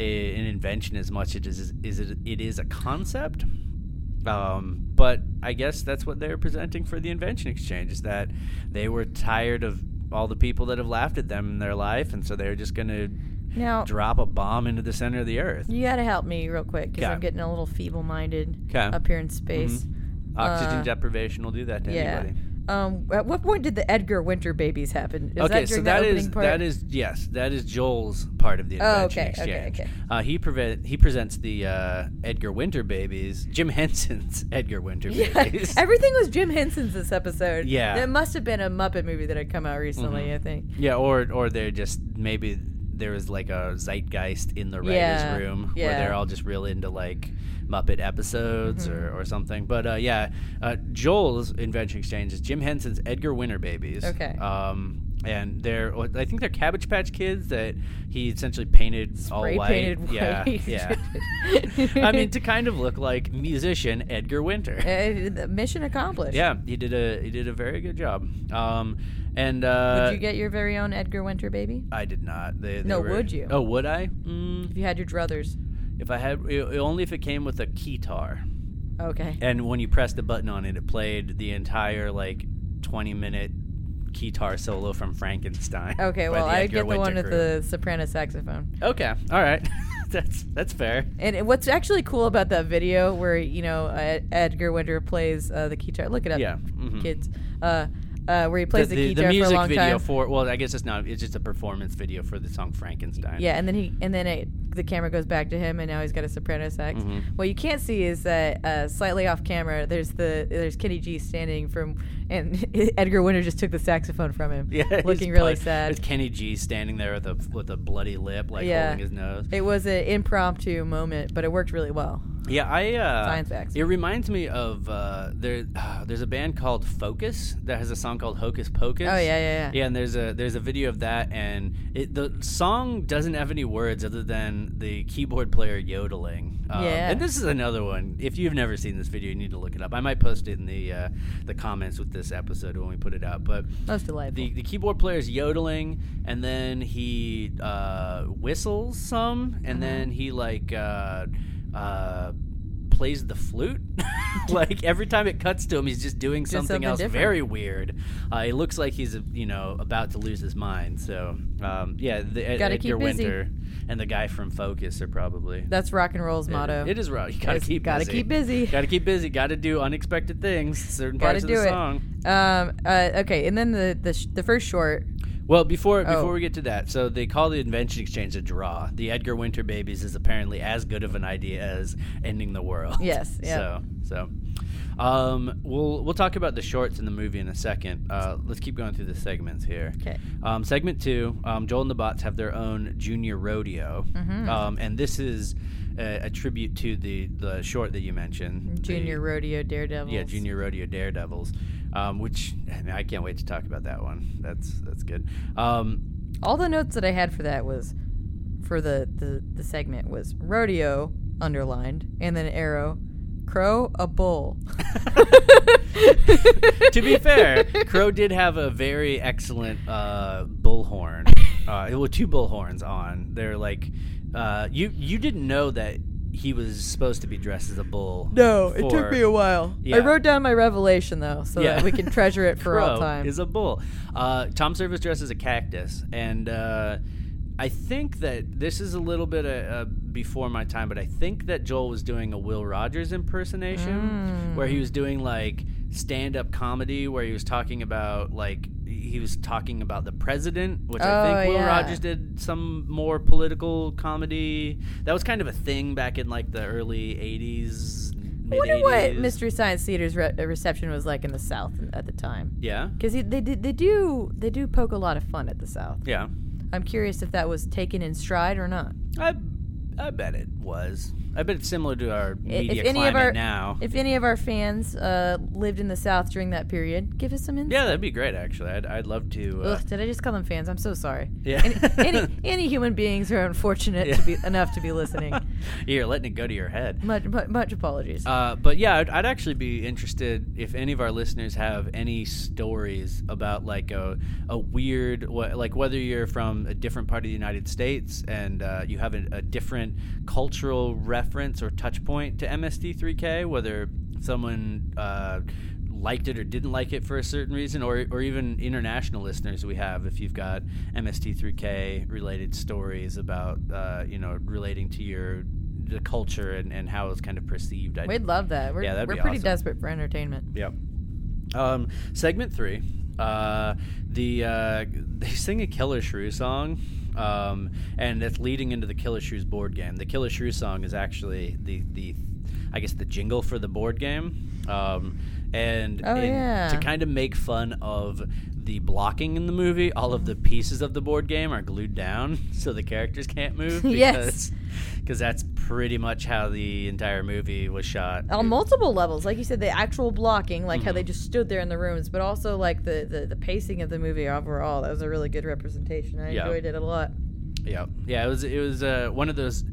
Speaker 4: a an invention as much it is is it it is a concept. Um, but I guess that's what they're presenting for the invention exchange is that they were tired of all the people that have laughed at them in their life, and so they're just going to
Speaker 3: Now,
Speaker 4: drop a bomb into the center of the Earth.
Speaker 3: you gotta help me real quick because I'm
Speaker 4: Okay.
Speaker 3: getting a little feeble-minded
Speaker 4: 'Kay.
Speaker 3: up here in space.
Speaker 4: Mm-hmm. Oxygen
Speaker 3: Uh,
Speaker 4: deprivation will do that to
Speaker 3: Yeah.
Speaker 4: anybody.
Speaker 3: Um, at what point did the Edgar Winter babies happen? Is
Speaker 4: okay,
Speaker 3: that during
Speaker 4: so
Speaker 3: the
Speaker 4: that
Speaker 3: opening
Speaker 4: is
Speaker 3: part?
Speaker 4: that is yes, that is Joel's part of the
Speaker 3: Oh,
Speaker 4: invention
Speaker 3: okay, okay,
Speaker 4: exchange.
Speaker 3: okay.
Speaker 4: Uh, he prevent he presents the uh, Edgar Winter babies, Jim Henson's Edgar Winter
Speaker 3: Yeah,
Speaker 4: babies.
Speaker 3: everything was Jim Henson's this episode.
Speaker 4: Yeah. Mm-hmm.
Speaker 3: it must have been a Muppet movie that had come out recently. I think.
Speaker 4: yeah, or or they're just maybe there was like a zeitgeist in the writers'
Speaker 3: Yeah,
Speaker 4: room where
Speaker 3: yeah.
Speaker 4: they're all just real into like Muppet episodes
Speaker 3: Mm-hmm.
Speaker 4: or, or something. But uh, yeah, uh, Joel's invention exchange is Jim Henson's Edgar Winter babies.
Speaker 3: Okay.
Speaker 4: Um, and they're I think they're Cabbage Patch Kids that he essentially painted all
Speaker 3: Spray
Speaker 4: white.
Speaker 3: painted white.
Speaker 4: Yeah, yeah. I mean, to kind of look like musician Edgar Winter.
Speaker 3: Uh, mission accomplished.
Speaker 4: Yeah, he did a he did a very good job. Um, and uh,
Speaker 3: Did you get your very own Edgar Winter baby?
Speaker 4: I did not. They, they
Speaker 3: No,
Speaker 4: were-
Speaker 3: would you?
Speaker 4: Oh, would I? Mm,
Speaker 3: If you had your druthers.
Speaker 4: if I had, i- only if it came with a keytar,
Speaker 3: Okay.
Speaker 4: and when you pressed the button on it, it played the entire like twenty minute keytar solo from Frankenstein.
Speaker 3: Okay.
Speaker 4: by
Speaker 3: Well,
Speaker 4: the
Speaker 3: I
Speaker 4: Edgar
Speaker 3: get the
Speaker 4: Winter
Speaker 3: one with
Speaker 4: crew.
Speaker 3: the soprano saxophone.
Speaker 4: Okay, all right, that's that's fair.
Speaker 3: And it- what's actually cool about that video where you know Ed- Edgar Winter plays uh, the uh, guitar. Look it up,
Speaker 4: Yeah, mhm.
Speaker 3: kids. Uh, uh, where he plays the,
Speaker 4: the,
Speaker 3: guitar
Speaker 4: music
Speaker 3: for a long
Speaker 4: video
Speaker 3: time.
Speaker 4: for well, I guess it's not. It's just a performance video for the song Frankenstein.
Speaker 3: Yeah, and then he and then it, the camera goes back to him, and now he's got a soprano sax.
Speaker 4: Mm-hmm.
Speaker 3: What you can't see is that uh, slightly off camera, there's the there's Kenny G standing from, and Edgar Winter just took the saxophone from him.
Speaker 4: Yeah, he's
Speaker 3: looking really
Speaker 4: playing- It's
Speaker 3: sad.
Speaker 4: Kenny G standing there with a with a bloody lip, like
Speaker 3: Yeah.
Speaker 4: holding his nose.
Speaker 3: It was an impromptu moment, but it worked really well. Oh,
Speaker 4: Yeah, I uh,
Speaker 3: Science facts.
Speaker 4: It reminds me of uh, there. there's a band called Focus that has a song called Hocus Pocus.
Speaker 3: Oh, yeah, yeah, yeah.
Speaker 4: Yeah, and there's a there's a video of that, and it, the song doesn't have any words other than the keyboard player yodeling. Um,
Speaker 3: Yeah.
Speaker 4: And this is another one. If you've never seen this video, you need to look it up. I might post it in the uh, the comments with this episode when we put it up. But
Speaker 3: Most delightful.
Speaker 4: the, the keyboard player is yodeling, and then he uh, whistles some, and
Speaker 3: Uh-huh.
Speaker 4: then he like uh, uh, plays the flute. like every time it cuts to him, he's just doing something,
Speaker 3: something
Speaker 4: else
Speaker 3: different.
Speaker 4: very weird. Uh, he looks like he's uh, you know about to lose his mind. So um, yeah, the, Ed-
Speaker 3: Gotta
Speaker 4: Edgar
Speaker 3: keep busy.
Speaker 4: Winter and the guy from Focus are probably.
Speaker 3: That's rock and roll's motto.
Speaker 4: It is rough. You gotta
Speaker 3: It's
Speaker 4: keep
Speaker 3: gotta
Speaker 4: busy.
Speaker 3: keep busy.
Speaker 4: Gotta keep busy. Gotta do unexpected things. Certain
Speaker 3: Gotta
Speaker 4: parts of
Speaker 3: do
Speaker 4: the
Speaker 3: it.
Speaker 4: song.
Speaker 3: Um. Uh, okay, and then the the, sh- the first short.
Speaker 4: Well, before
Speaker 3: Oh.
Speaker 4: before we get to that, so they call the invention exchange a draw. The Edgar Winter Babies is apparently as good of an idea as ending the world.
Speaker 3: Yes, yeah.
Speaker 4: So, so, um, we'll we'll talk about the shorts in the movie in a second. Uh, let's keep going through the segments here.
Speaker 3: 'Kay.
Speaker 4: Um, segment two. Um, Joel and the Bots have their own junior rodeo,
Speaker 3: Mm-hmm.
Speaker 4: um, and this is a, a tribute to the the short that you mentioned,
Speaker 3: Junior
Speaker 4: the,
Speaker 3: rodeo daredevil.
Speaker 4: yeah, Junior Rodeo Daredevils, um, which I, mean, I can't wait to talk about that one. That's that's good. Um,
Speaker 3: All the notes that I had for that was for the the, the segment was rodeo underlined and then an arrow, crow a bull.
Speaker 4: to be fair, Crow did have a very excellent uh, bullhorn. Uh, well, two bullhorns on. They're like uh, you you didn't know that he was supposed to be dressed as a bull.
Speaker 3: No, it took
Speaker 4: for-
Speaker 3: me a while.
Speaker 4: Yeah.
Speaker 3: I wrote down my revelation though, so
Speaker 4: Yeah.
Speaker 3: that we can treasure it for all
Speaker 4: crow
Speaker 3: time.
Speaker 4: Is a bull. Uh, Tom Service dresses a cactus, and uh, I think that this is a little bit uh, uh, before my time, but I think that Joel was doing a Will Rogers
Speaker 3: Mm.
Speaker 4: impersonation, where he was doing like stand-up comedy, where he was talking about like he was talking about the president, which I
Speaker 3: Oh,
Speaker 4: think Will
Speaker 3: yeah.
Speaker 4: Rogers did some more political comedy. That was kind of a thing back in like the early '80s.
Speaker 3: I wonder what
Speaker 4: 80s.
Speaker 3: Mystery Science Theater's re- uh, reception was like in the South at the time.
Speaker 4: Yeah,
Speaker 3: Because they, did- they do they do poke a lot of fun at the South.
Speaker 4: yeah.
Speaker 3: I'm curious if that was taken in stride or not.
Speaker 4: I, I bet it was. I bet it's similar to our
Speaker 3: I-
Speaker 4: media
Speaker 3: if any
Speaker 4: climate
Speaker 3: of our
Speaker 4: now.
Speaker 3: if any of our fans uh, lived in the South during that period, give us some insight.
Speaker 4: yeah, that'd be great. Actually, I'd, I'd love to. Uh,
Speaker 3: Ugh, did I just call them fans? I'm so sorry.
Speaker 4: Yeah.
Speaker 3: Any, any, any human beings who are unfortunate to be enough to be listening,
Speaker 4: you're letting it go to your head.
Speaker 3: much much, much apologies.
Speaker 4: Uh, but yeah, I'd, I'd actually be interested if any of our listeners have any stories about like a, a weird, wh- like whether you're from a different part of the United States and uh, you have a, a different cultural reference or touch point to MSD3K, whether someone uh, liked it or didn't like it for a certain reason, or, or even international listeners we have, if you've got MST3K related stories about, uh, you know, relating to your the culture and, and how it's kind of perceived. I,
Speaker 3: We'd love that. We're,
Speaker 4: yeah, that'd
Speaker 3: we're
Speaker 4: be
Speaker 3: pretty
Speaker 4: awesome.
Speaker 3: desperate for entertainment.
Speaker 4: Yep. Um, segment three. Uh, the uh, they sing a Killer Shrew song, um, and that's leading into the Killer Shrews board game. The Killer Shrew song is actually the the I guess the jingle for the board game. Um, and
Speaker 3: Oh,
Speaker 4: in-
Speaker 3: yeah.
Speaker 4: to kind of make fun of the blocking in the movie, all of the pieces of the board game are glued down so the characters can't move.
Speaker 3: Yes.
Speaker 4: Because that's pretty much how the entire movie was shot.
Speaker 3: On multiple levels, like you said, the actual blocking, like
Speaker 4: Mm-hmm.
Speaker 3: how they just stood there in the rooms, but also like the, the, the pacing of the movie overall. That was a really good representation. I
Speaker 4: Yeah.
Speaker 3: enjoyed it a lot.
Speaker 4: Yeah, yeah. It was it was uh, one of those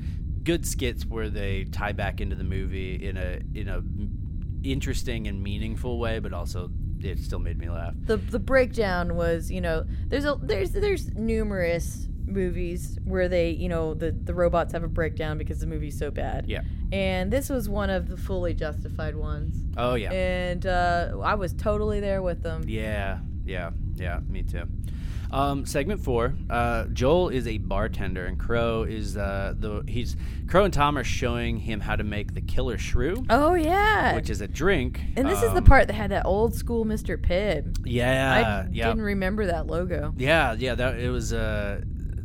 Speaker 4: good skits where they tie back into the movie in a in a m- interesting and meaningful way, but also it still made me laugh.
Speaker 3: the the breakdown was you know there's a there's there's numerous movies where they you know the the robots have a breakdown because the movie's so bad
Speaker 4: Yeah.
Speaker 3: and this was one of the fully justified ones
Speaker 4: Oh yeah.
Speaker 3: and uh, I was totally there with them
Speaker 4: Yeah, yeah, yeah, me too. Um, segment four. Uh, Joel is a bartender, and Crow is uh, the he's Crow and Tom are showing him how to make the killer shrew,
Speaker 3: Oh yeah.
Speaker 4: which is a drink.
Speaker 3: and this is the
Speaker 4: um,
Speaker 3: part that had that old school Mr. Pibb.
Speaker 4: Yeah,
Speaker 3: I
Speaker 4: uh, yeah,
Speaker 3: didn't remember that logo.
Speaker 4: yeah, yeah. That it was. Uh,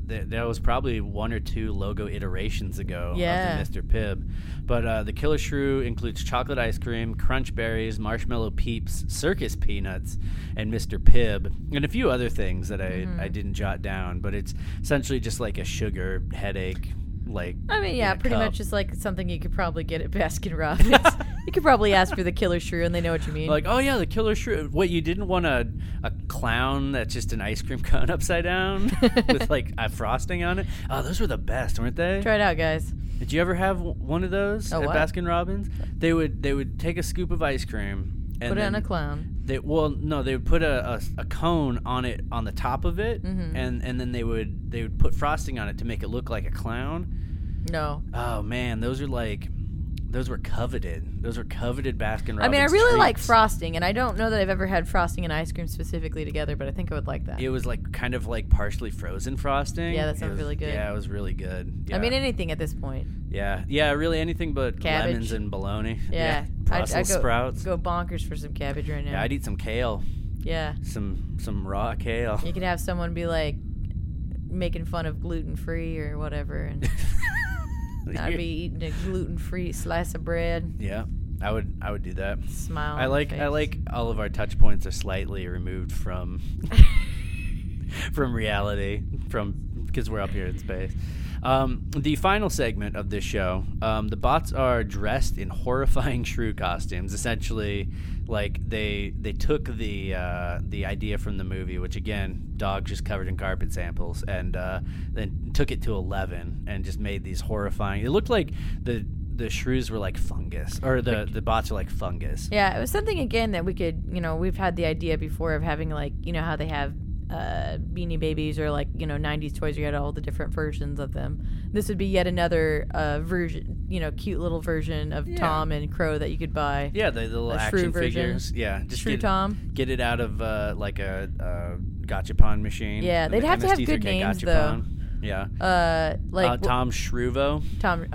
Speaker 4: th- that was probably one or two logo iterations ago
Speaker 3: Yeah.
Speaker 4: of the Mr. Pibb. But uh, the Killer Shrew includes chocolate ice cream, crunch berries, marshmallow peeps, circus peanuts, and Mr. Pibb, and a few other things that I,
Speaker 3: Mm-hmm.
Speaker 4: I didn't jot down. But it's essentially just like a sugar headache. Like
Speaker 3: I mean,
Speaker 4: in
Speaker 3: yeah,
Speaker 4: a
Speaker 3: pretty
Speaker 4: cup.
Speaker 3: much it's like something you could probably get at Baskin Robbins. you could probably ask for the killer shrew and they know what you mean.
Speaker 4: Like, oh yeah, the killer shrew. What you didn't want a a clown that's just an ice cream cone upside down with like a frosting on it. Oh, those were the best, weren't they?
Speaker 3: Try it out, guys.
Speaker 4: Did you ever have w- one of those
Speaker 3: A
Speaker 4: at
Speaker 3: what?
Speaker 4: Baskin Robbins? They would they would take a scoop of ice cream and
Speaker 3: Put it on a
Speaker 4: then
Speaker 3: clown.
Speaker 4: They, well, no, they would put a, a, a cone on it on the top of it,
Speaker 3: Mm-hmm.
Speaker 4: and and then they would they would put frosting on it to make it look like a clown.
Speaker 3: No.
Speaker 4: Oh man, those are like those were coveted. Those were coveted Baskin Robbins.
Speaker 3: I mean, I really like
Speaker 4: treats.
Speaker 3: frosting, and I don't know that I've ever had frosting and ice cream specifically together, but I think I would like that.
Speaker 4: It was like kind of like partially frozen frosting.
Speaker 3: Yeah, that
Speaker 4: It
Speaker 3: sounds
Speaker 4: was-
Speaker 3: really good.
Speaker 4: Yeah, it was really good. Yeah.
Speaker 3: I mean, anything at this point.
Speaker 4: yeah, yeah, really anything but
Speaker 3: Cabbage.
Speaker 4: lemons and bologna.
Speaker 3: Yeah.
Speaker 4: Brussels
Speaker 3: I'd, I'd go,
Speaker 4: sprouts.
Speaker 3: Go bonkers for some cabbage right now.
Speaker 4: Yeah, I'd eat some kale,
Speaker 3: yeah.
Speaker 4: some some raw kale.
Speaker 3: You could have someone be like making fun of gluten free or whatever, and I'd be eating a gluten free slice of bread,
Speaker 4: Yeah, I would I would do that.
Speaker 3: smile.
Speaker 4: I
Speaker 3: on
Speaker 4: like
Speaker 3: your
Speaker 4: I
Speaker 3: face.
Speaker 4: like all of our touch points are slightly removed from from reality from because we're up here in space. Um, the final segment of this show, um, the bots are dressed in horrifying shrew costumes. Essentially, like they they took the uh, the idea from the movie, which again, dog just covered in carpet samples, and uh, then took it to eleven and just made these horrifying. It looked like the the shrews were like fungus, or the the bots are like fungus.
Speaker 3: Yeah, it was something again that we could, you know, we've had the idea before of having like, you know, how they have uh, beanie babies or like, you know, 90s toys. You had all the different versions of them. This would be yet another uh, version, you know, cute little version of Tom and Crow that you could buy.
Speaker 4: Yeah, the, the little
Speaker 3: A shrew
Speaker 4: action
Speaker 3: version.
Speaker 4: figures. Yeah, just
Speaker 3: Shrew
Speaker 4: get,
Speaker 3: Tom.
Speaker 4: Get it out of uh, like a uh, gachapon machine.
Speaker 3: Yeah,
Speaker 4: An
Speaker 3: they'd have to have good
Speaker 4: MST3K
Speaker 3: names,
Speaker 4: gachapon. Yeah,
Speaker 3: Uh, like
Speaker 4: uh,
Speaker 3: w-
Speaker 4: Tom Mm-hmm. Shruvo.
Speaker 3: Tom.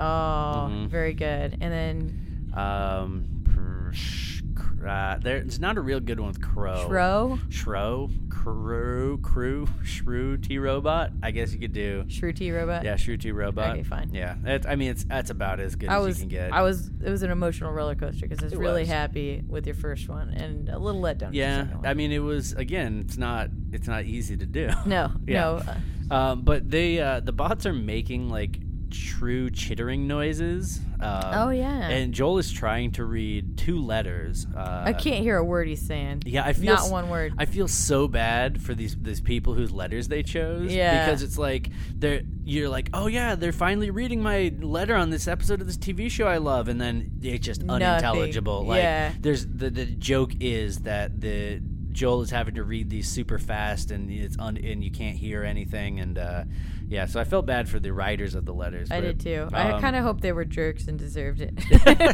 Speaker 3: Oh, very good. And then
Speaker 4: Um, pr- sh- cr- uh, there, it's not a real good one with crow.
Speaker 3: Crow,
Speaker 4: Shro, crew, crew, shrew, T robot. I guess you could do.
Speaker 3: Shrew T Robot.
Speaker 4: Yeah, shrew T robot.
Speaker 3: Okay, fine.
Speaker 4: Yeah, it, I mean it's that's about as good
Speaker 3: I
Speaker 4: as
Speaker 3: was,
Speaker 4: you can get.
Speaker 3: I was, it was an emotional roller coaster because I was
Speaker 4: It
Speaker 3: really
Speaker 4: was.
Speaker 3: happy with your first one and a little let down. with your
Speaker 4: yeah,
Speaker 3: second one.
Speaker 4: I mean it was again. It's not. It's not easy to do.
Speaker 3: no,
Speaker 4: Yeah.
Speaker 3: no, uh,
Speaker 4: Um, but they uh, the bots are making like true chittering noises. Um,
Speaker 3: Oh, yeah.
Speaker 4: And Joel is trying to read two letters. Uh,
Speaker 3: I can't hear a word he's saying.
Speaker 4: Yeah, I feel
Speaker 3: Not
Speaker 4: s-
Speaker 3: one word.
Speaker 4: I feel so bad for these these people whose letters they chose.
Speaker 3: Yeah.
Speaker 4: Because it's like they're you're like, oh yeah, they're finally reading my letter on this episode of this TV show I love, and then it's just
Speaker 3: Nothing.
Speaker 4: unintelligible. Like
Speaker 3: Yeah.
Speaker 4: there's the the joke is that the Joel is having to read these super fast, and it's un and you can't hear anything, and uh, yeah. So I felt bad for the writers of the letters.
Speaker 3: I
Speaker 4: but,
Speaker 3: did too. I
Speaker 4: um,
Speaker 3: kind of hope they were jerks and deserved it.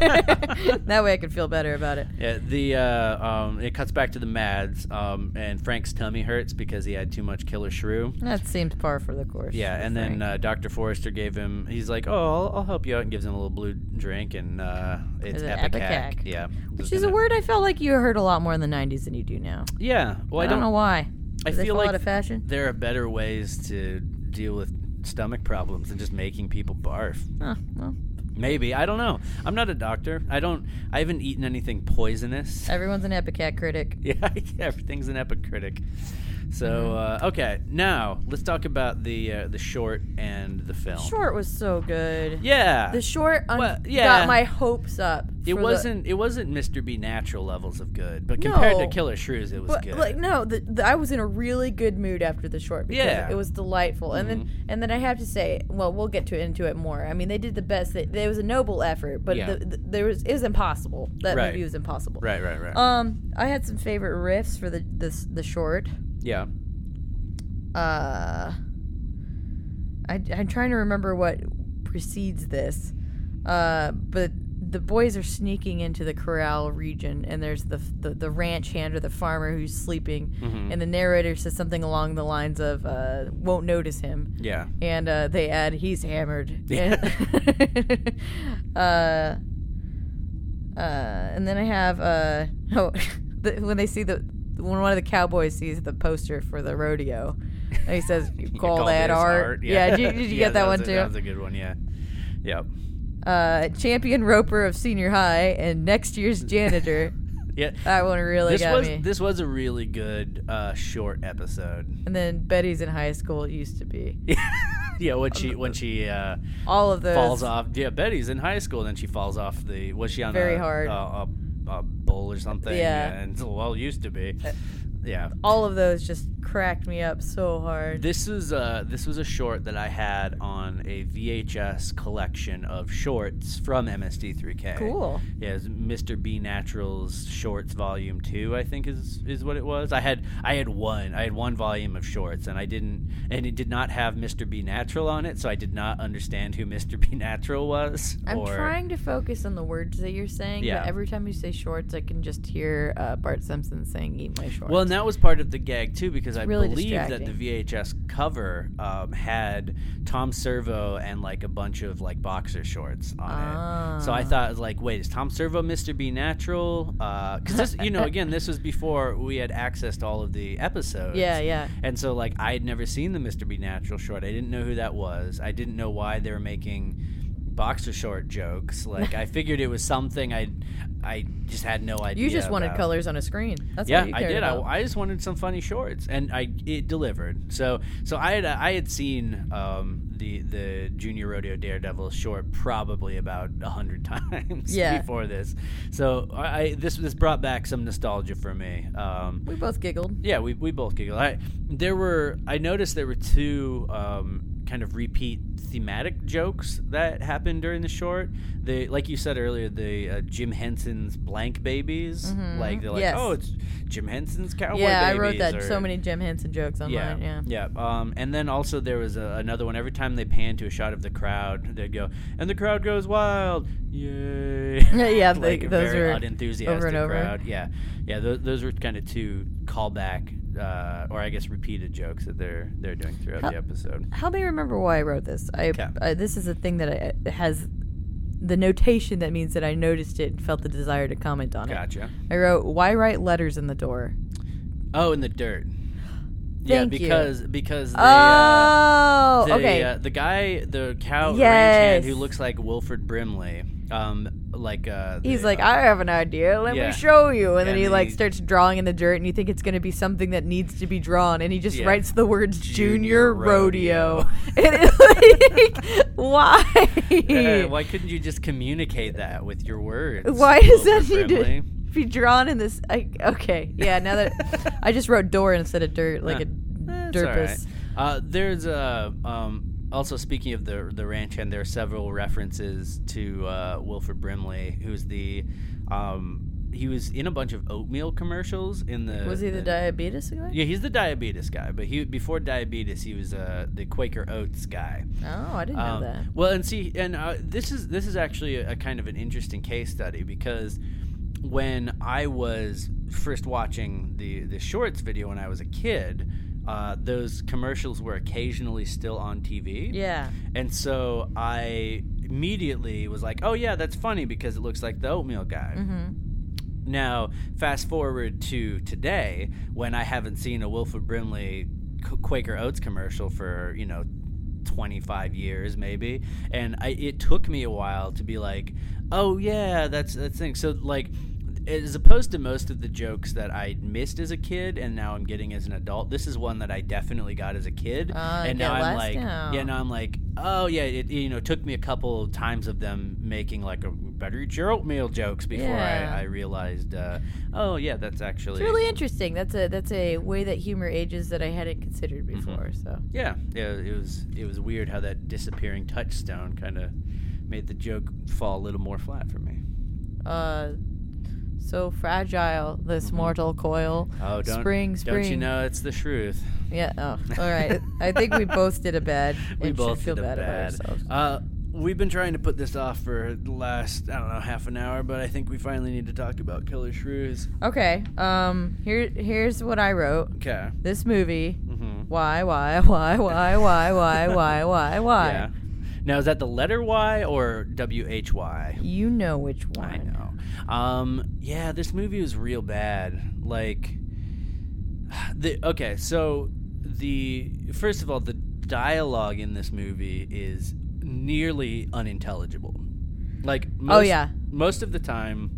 Speaker 3: that way I could feel better about it.
Speaker 4: Yeah, the uh, um, it cuts back to the Mads, um, and Frank's tummy hurts because he had too much Killer Shrew.
Speaker 3: That seems par for the course.
Speaker 4: Yeah,
Speaker 3: for
Speaker 4: and then
Speaker 3: Frank.
Speaker 4: uh, Doctor Forrester gave him. He's like, "Oh, I'll, I'll help you out," and gives him a little blue drink, and uh, it's
Speaker 3: Is it
Speaker 4: epicac.
Speaker 3: Epicac?
Speaker 4: Yeah,
Speaker 3: which is a word I felt like you heard a lot more in the '90s than you do now.
Speaker 4: Yeah, well,
Speaker 3: I,
Speaker 4: I,
Speaker 3: don't, know why.
Speaker 4: I
Speaker 3: Did they
Speaker 4: feel
Speaker 3: fall
Speaker 4: like
Speaker 3: out of fashion.
Speaker 4: there are better ways to deal with stomach problems than just making people barf.
Speaker 3: Huh, well,
Speaker 4: Maybe I don't know. I'm not a doctor. I don't. I haven't eaten anything poisonous.
Speaker 3: everyone's an Epicat critic.
Speaker 4: Yeah, everything's an epicritic. So uh, okay, now let's talk about the uh, the short and the film.
Speaker 3: Short was so good.
Speaker 4: Oh. Yeah,
Speaker 3: The short un-
Speaker 4: Well, yeah.
Speaker 3: got my hopes up.
Speaker 4: it
Speaker 3: for the-
Speaker 4: wasn't it wasn't Mr. B natural levels of good, but compared to
Speaker 3: No.
Speaker 4: Killer Shrews, it was
Speaker 3: But,
Speaker 4: good.
Speaker 3: like no, the, the, I was in a really good mood after the short because
Speaker 4: Yeah. Mm-hmm.
Speaker 3: it was delightful. And then and then I have to say, well, we'll get to into it more. I mean, they did the best. They, it was a noble effort, but
Speaker 4: Yeah.
Speaker 3: the, the, there was it was impossible. That
Speaker 4: Right.
Speaker 3: movie was impossible.
Speaker 4: right, right, right.
Speaker 3: Um, I had some favorite riffs for the this the short.
Speaker 4: yeah,
Speaker 3: Uh, I I'm trying to remember what precedes this, uh, but the boys are sneaking into the corral region, and there's the the, the ranch hand or the farmer who's sleeping, and the narrator says something along the lines of uh, "won't notice him."
Speaker 4: Yeah.
Speaker 3: and uh, they add he's hammered. And, uh, uh, and then I have uh, oh, the, when they see the when one of the cowboys sees the poster for the rodeo, and he says, "You
Speaker 4: You
Speaker 3: call that
Speaker 4: this
Speaker 3: art?" Yeah. Did you, did you
Speaker 4: Yeah,
Speaker 3: get that,
Speaker 4: was
Speaker 3: one
Speaker 4: a-
Speaker 3: too?
Speaker 4: That was a good one. Yeah. Yep.
Speaker 3: uh, champion roper of senior high and next year's janitor.
Speaker 4: Yeah.
Speaker 3: that one really
Speaker 4: This
Speaker 3: got
Speaker 4: was
Speaker 3: me.
Speaker 4: this was a really good uh, short episode.
Speaker 3: and then Betty's in high school it used to be
Speaker 4: Yeah,
Speaker 3: Um,
Speaker 4: when she when she uh,
Speaker 3: all of those.
Speaker 4: falls off. Yeah, Betty's in high school, and then she falls off the. Was she on
Speaker 3: Very
Speaker 4: a,
Speaker 3: hard.
Speaker 4: A, a, a bull or something?
Speaker 3: Yeah. Uh,
Speaker 4: and well, used to be. Yeah.
Speaker 3: All of those just cracked me up so hard.
Speaker 4: This is uh this was a short that I had on a VHS collection of shorts from MSD3K.
Speaker 3: Cool.
Speaker 4: Yeah, it was Mr. B Naturals Shorts Volume Two, I think is is what it was. I had I had one I had one volume of shorts, and I didn't and it did not have Mr. B Natural on it, so I did not understand who Mr. B Natural was.
Speaker 3: I'm
Speaker 4: or,
Speaker 3: trying to focus on the words that you're saying,
Speaker 4: Yeah.
Speaker 3: but every time you say shorts, I can just hear uh, Bart Simpson saying "Eat my shorts."
Speaker 4: Well, and that was part of the gag too, because I
Speaker 3: really
Speaker 4: believe that
Speaker 3: distracting.
Speaker 4: the VHS cover um, had Tom Servo and like a bunch of like boxer shorts on it.
Speaker 3: Ah.
Speaker 4: So I thought, like, wait, is Tom Servo Mr. B Natural? Because this, you know, again, this was before we had access to all of the episodes.
Speaker 3: Yeah, yeah.
Speaker 4: And so, like, I had never seen the Mr. B Natural short. I didn't know who that was. I didn't know why they were making boxer short jokes. Like, I figured it was something I, I just had no idea.
Speaker 3: you just wanted
Speaker 4: about.
Speaker 3: colors on a screen. That's
Speaker 4: Yeah,
Speaker 3: what you
Speaker 4: I
Speaker 3: cared
Speaker 4: did. I,
Speaker 3: about.
Speaker 4: I just wanted some funny shorts, and I it delivered. So so I had I had seen um, the the Junior Rodeo Daredevil short probably about a hundred times
Speaker 3: Yeah.
Speaker 4: before this. So I, I this this brought back some nostalgia for me. Um,
Speaker 3: we both giggled.
Speaker 4: yeah, we, we both giggled. I there were I noticed there were two um, kind of repeat thematic jokes that happened during the short. The like you said earlier, the uh, Jim Henson's blank babies, like they're like,
Speaker 3: Mm-hmm. Yes.
Speaker 4: oh, it's Jim Henson's cowboy.
Speaker 3: yeah, I
Speaker 4: babies,
Speaker 3: wrote that
Speaker 4: or-
Speaker 3: so many Jim Henson jokes online. Yeah,
Speaker 4: yeah. Um, and then also there was a, another one. Every time they pan to a shot of the crowd, they'd go, and the crowd goes wild, yay!
Speaker 3: Yeah,
Speaker 4: like
Speaker 3: they-
Speaker 4: a
Speaker 3: those
Speaker 4: very
Speaker 3: are
Speaker 4: unenthusiastic
Speaker 3: over and over.
Speaker 4: crowd. Yeah, yeah. Those, those were kind of two callback, uh, or I guess repeated jokes that they're they're doing throughout the episode.
Speaker 3: Help me remember why I wrote this. I,
Speaker 4: 'Kay.
Speaker 3: I this is a thing that I, it has the notation that means that I noticed it and felt the desire to comment on it.
Speaker 4: Gotcha.
Speaker 3: I wrote, "Why write letters in the door?"
Speaker 4: Oh, and the dirt. yeah,
Speaker 3: Thank you.
Speaker 4: because because they, uh,
Speaker 3: oh,
Speaker 4: the,
Speaker 3: okay.
Speaker 4: uh, the guy, the cow ranch
Speaker 3: Yes.
Speaker 4: hand who looks like Wilfred Brimley, um, like uh,
Speaker 3: He's
Speaker 4: the,
Speaker 3: like,
Speaker 4: uh,
Speaker 3: I have an idea. Let
Speaker 4: yeah.
Speaker 3: me show you. And then
Speaker 4: And
Speaker 3: he
Speaker 4: then
Speaker 3: like
Speaker 4: he-
Speaker 3: starts drawing in the dirt, and you think it's going to be something that needs to be drawn, and he just
Speaker 4: Yeah.
Speaker 3: writes the words
Speaker 4: Junior
Speaker 3: "Junior Rodeo." and it's like,
Speaker 4: Yeah,
Speaker 3: why?
Speaker 4: Eh, why couldn't you just communicate that with your words?
Speaker 3: Why does that
Speaker 4: Wilbur
Speaker 3: need to
Speaker 4: Brimley?
Speaker 3: be drawn in this? I, okay, yeah. Now that I just wrote door instead of dirt, like
Speaker 4: Huh.
Speaker 3: a
Speaker 4: Uh, That's all right.
Speaker 3: Eh, derpus.
Speaker 4: Uh, there's a. Um, also, speaking of the the ranch hand, there are several references to uh, Wilford Brimley, who's the. Um, he was in a bunch of oatmeal commercials in the.
Speaker 3: Was he the diabetes guy?
Speaker 4: Uh, Yeah, he's the diabetes guy, but he before diabetes, he was uh, the Quaker Oats guy.
Speaker 3: Oh, I didn't know
Speaker 4: Um,
Speaker 3: that.
Speaker 4: Well, and see, and uh, this is this is actually a, a kind of an interesting case study because when I was first watching the the shorts video when I was a kid, uh, those commercials were occasionally still on TV.
Speaker 3: Yeah.
Speaker 4: And so I immediately was like, "Oh yeah, that's funny because it looks like the oatmeal guy."
Speaker 3: Mm-hmm.
Speaker 4: Now, fast forward to today when I haven't seen a Wilfred Brimley Qu- Quaker Oats commercial for, you know, 25 years maybe. And I, it took me a while to be like, oh, yeah, that's that thing. So, like, as opposed to most of the jokes that I missed as a kid and now I'm getting as an adult, this is one that I definitely got as a kid.
Speaker 3: Ah,
Speaker 4: and
Speaker 3: get
Speaker 4: now I'm
Speaker 3: lost
Speaker 4: like,
Speaker 3: now.
Speaker 4: yeah, now I'm like, oh, yeah, it you know, took me a couple times of them making like a better eat your oatmeal jokes before
Speaker 3: Yeah.
Speaker 4: I, I realized, uh, oh, yeah, that's actually.
Speaker 3: It's really interesting. That's a that's a way that humor ages that I hadn't considered
Speaker 4: Mm-hmm.
Speaker 3: before. So
Speaker 4: Yeah, yeah, it was it was weird how that disappearing touchstone kind of made the joke fall a little more flat for me.
Speaker 3: uh so fragile this
Speaker 4: Mm-hmm.
Speaker 3: mortal coil
Speaker 4: Oh, don't
Speaker 3: spring spring
Speaker 4: don't you know it's the truth?
Speaker 3: yeah oh all right i think we both did a bad
Speaker 4: We
Speaker 3: and
Speaker 4: both
Speaker 3: should feel
Speaker 4: did a
Speaker 3: bad, about
Speaker 4: bad.
Speaker 3: ourselves
Speaker 4: Uh, We've been trying to put this off for the last, I don't know, half an hour, but I think we finally need to talk about Killer Shrews.
Speaker 3: Okay. Um. Here. Here's what I wrote.
Speaker 4: Okay.
Speaker 3: This movie.
Speaker 4: Mm-hmm.
Speaker 3: Why? Why? Why? Why? Why? Why? Why? Why? Why?
Speaker 4: Yeah. Now, is that the letter Y or W H Y?
Speaker 3: You know which one.
Speaker 4: I know. Um, yeah, this movie was real bad. Like, the okay, so the first of all, the dialogue in this movie is nearly unintelligible. Like, most,
Speaker 3: Oh, yeah.
Speaker 4: most of the time